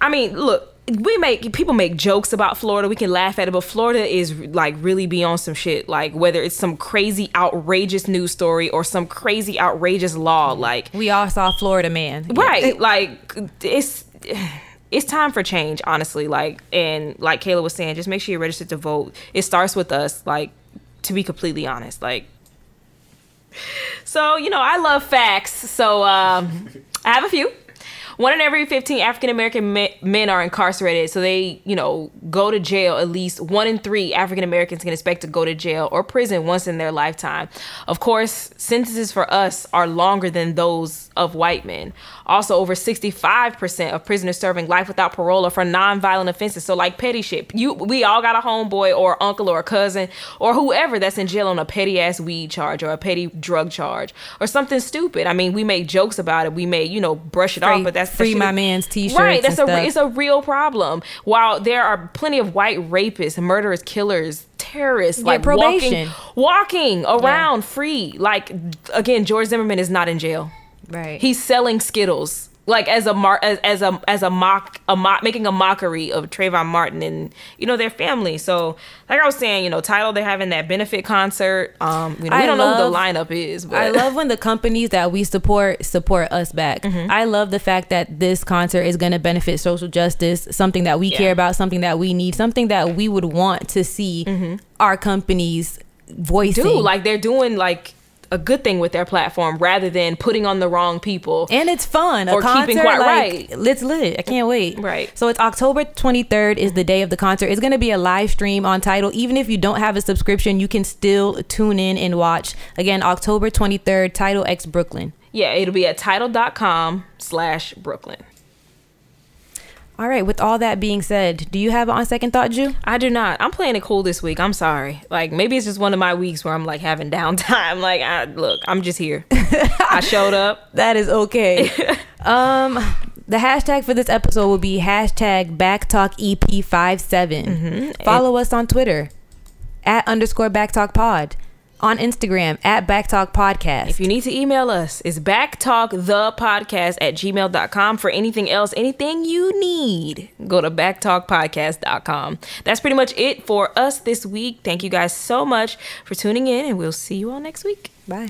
Speaker 2: I mean, look, we make people make jokes about Florida. We can laugh at it, but Florida is like really be on some shit. Like whether it's some crazy outrageous news story or some crazy outrageous law, like
Speaker 1: we all saw Florida man.
Speaker 2: right like it's it's time for change honestly like and like kayla was saying just make sure you're registered to vote it starts with us like to be completely honest like so you know i love facts so um i have a few one in every 15 african american me- men are incarcerated so they you know go to jail at least one in three african americans can expect to go to jail or prison once in their lifetime of course sentences for us are longer than those of white men also over 65% of prisoners serving life without parole are for nonviolent offenses so like petty shit you we all got a homeboy or uncle or cousin or whoever that's in jail on a petty ass weed charge or a petty drug charge or something stupid i mean we make jokes about it we may you know brush it
Speaker 1: Free-
Speaker 2: off but that's the
Speaker 1: free
Speaker 2: shit-
Speaker 1: my man's t-shirts
Speaker 2: right that's
Speaker 1: and
Speaker 2: a
Speaker 1: stuff.
Speaker 2: it's a real problem while there are plenty of white rapists murderers killers terrorists like
Speaker 1: probation.
Speaker 2: walking walking around free like again george zimmerman is not in jail
Speaker 1: Right.
Speaker 2: he's selling Skittles like as a mar- as, as a as a mock a mock making a mockery of Trayvon Martin and you know their family. So like I was saying, you know, title they're having that benefit concert. Um, you know, we
Speaker 1: I
Speaker 2: don't know
Speaker 1: love-
Speaker 2: who the lineup is, but
Speaker 1: I
Speaker 2: <laughs>
Speaker 1: love when the companies that we support support us back.
Speaker 2: Mm-hmm.
Speaker 1: I love the fact that this concert is going to benefit social justice, something that we
Speaker 2: Yeah.
Speaker 1: care about, something that we need, something that we
Speaker 2: Mm-hmm.
Speaker 1: would want to see our companies voicing.
Speaker 2: do like they're doing like a good thing with their platform rather than putting on the wrong people.
Speaker 1: And it's fun. A
Speaker 2: Or
Speaker 1: concert,
Speaker 2: keeping quiet,
Speaker 1: like, It's lit. I can't wait.
Speaker 2: Right.
Speaker 1: So it's October 23rd is the day of the concert. It's going to be a live stream on Title. Even if you don't have a subscription, you can still tune in and watch. Again, October 23rd, Title X Brooklyn.
Speaker 2: yeah, it'll be at title.com slash Brooklyn.
Speaker 1: All right. With all that being said, do you have on second thought, Ju?
Speaker 2: I do not. I'm playing it cool this week. I'm sorry. Like maybe it's just one of my weeks where I'm like having <laughs> downtime. Like I look, I'm just <laughs> here. I showed up.
Speaker 1: That is <laughs> okay. um, the hashtag for this episode will be hashtag backtalkep57. 57 Follow us on Twitter at underscore backtalkpod. On Instagram at backtalk podcast.
Speaker 2: If you need to email us, it's backtalkthepodcast at gmail.com for anything else, anything you need. Go to backtalkpodcast.com. That's pretty much it for us this week. Thank you guys so much for tuning in and we'll see you all next week.
Speaker 1: Bye.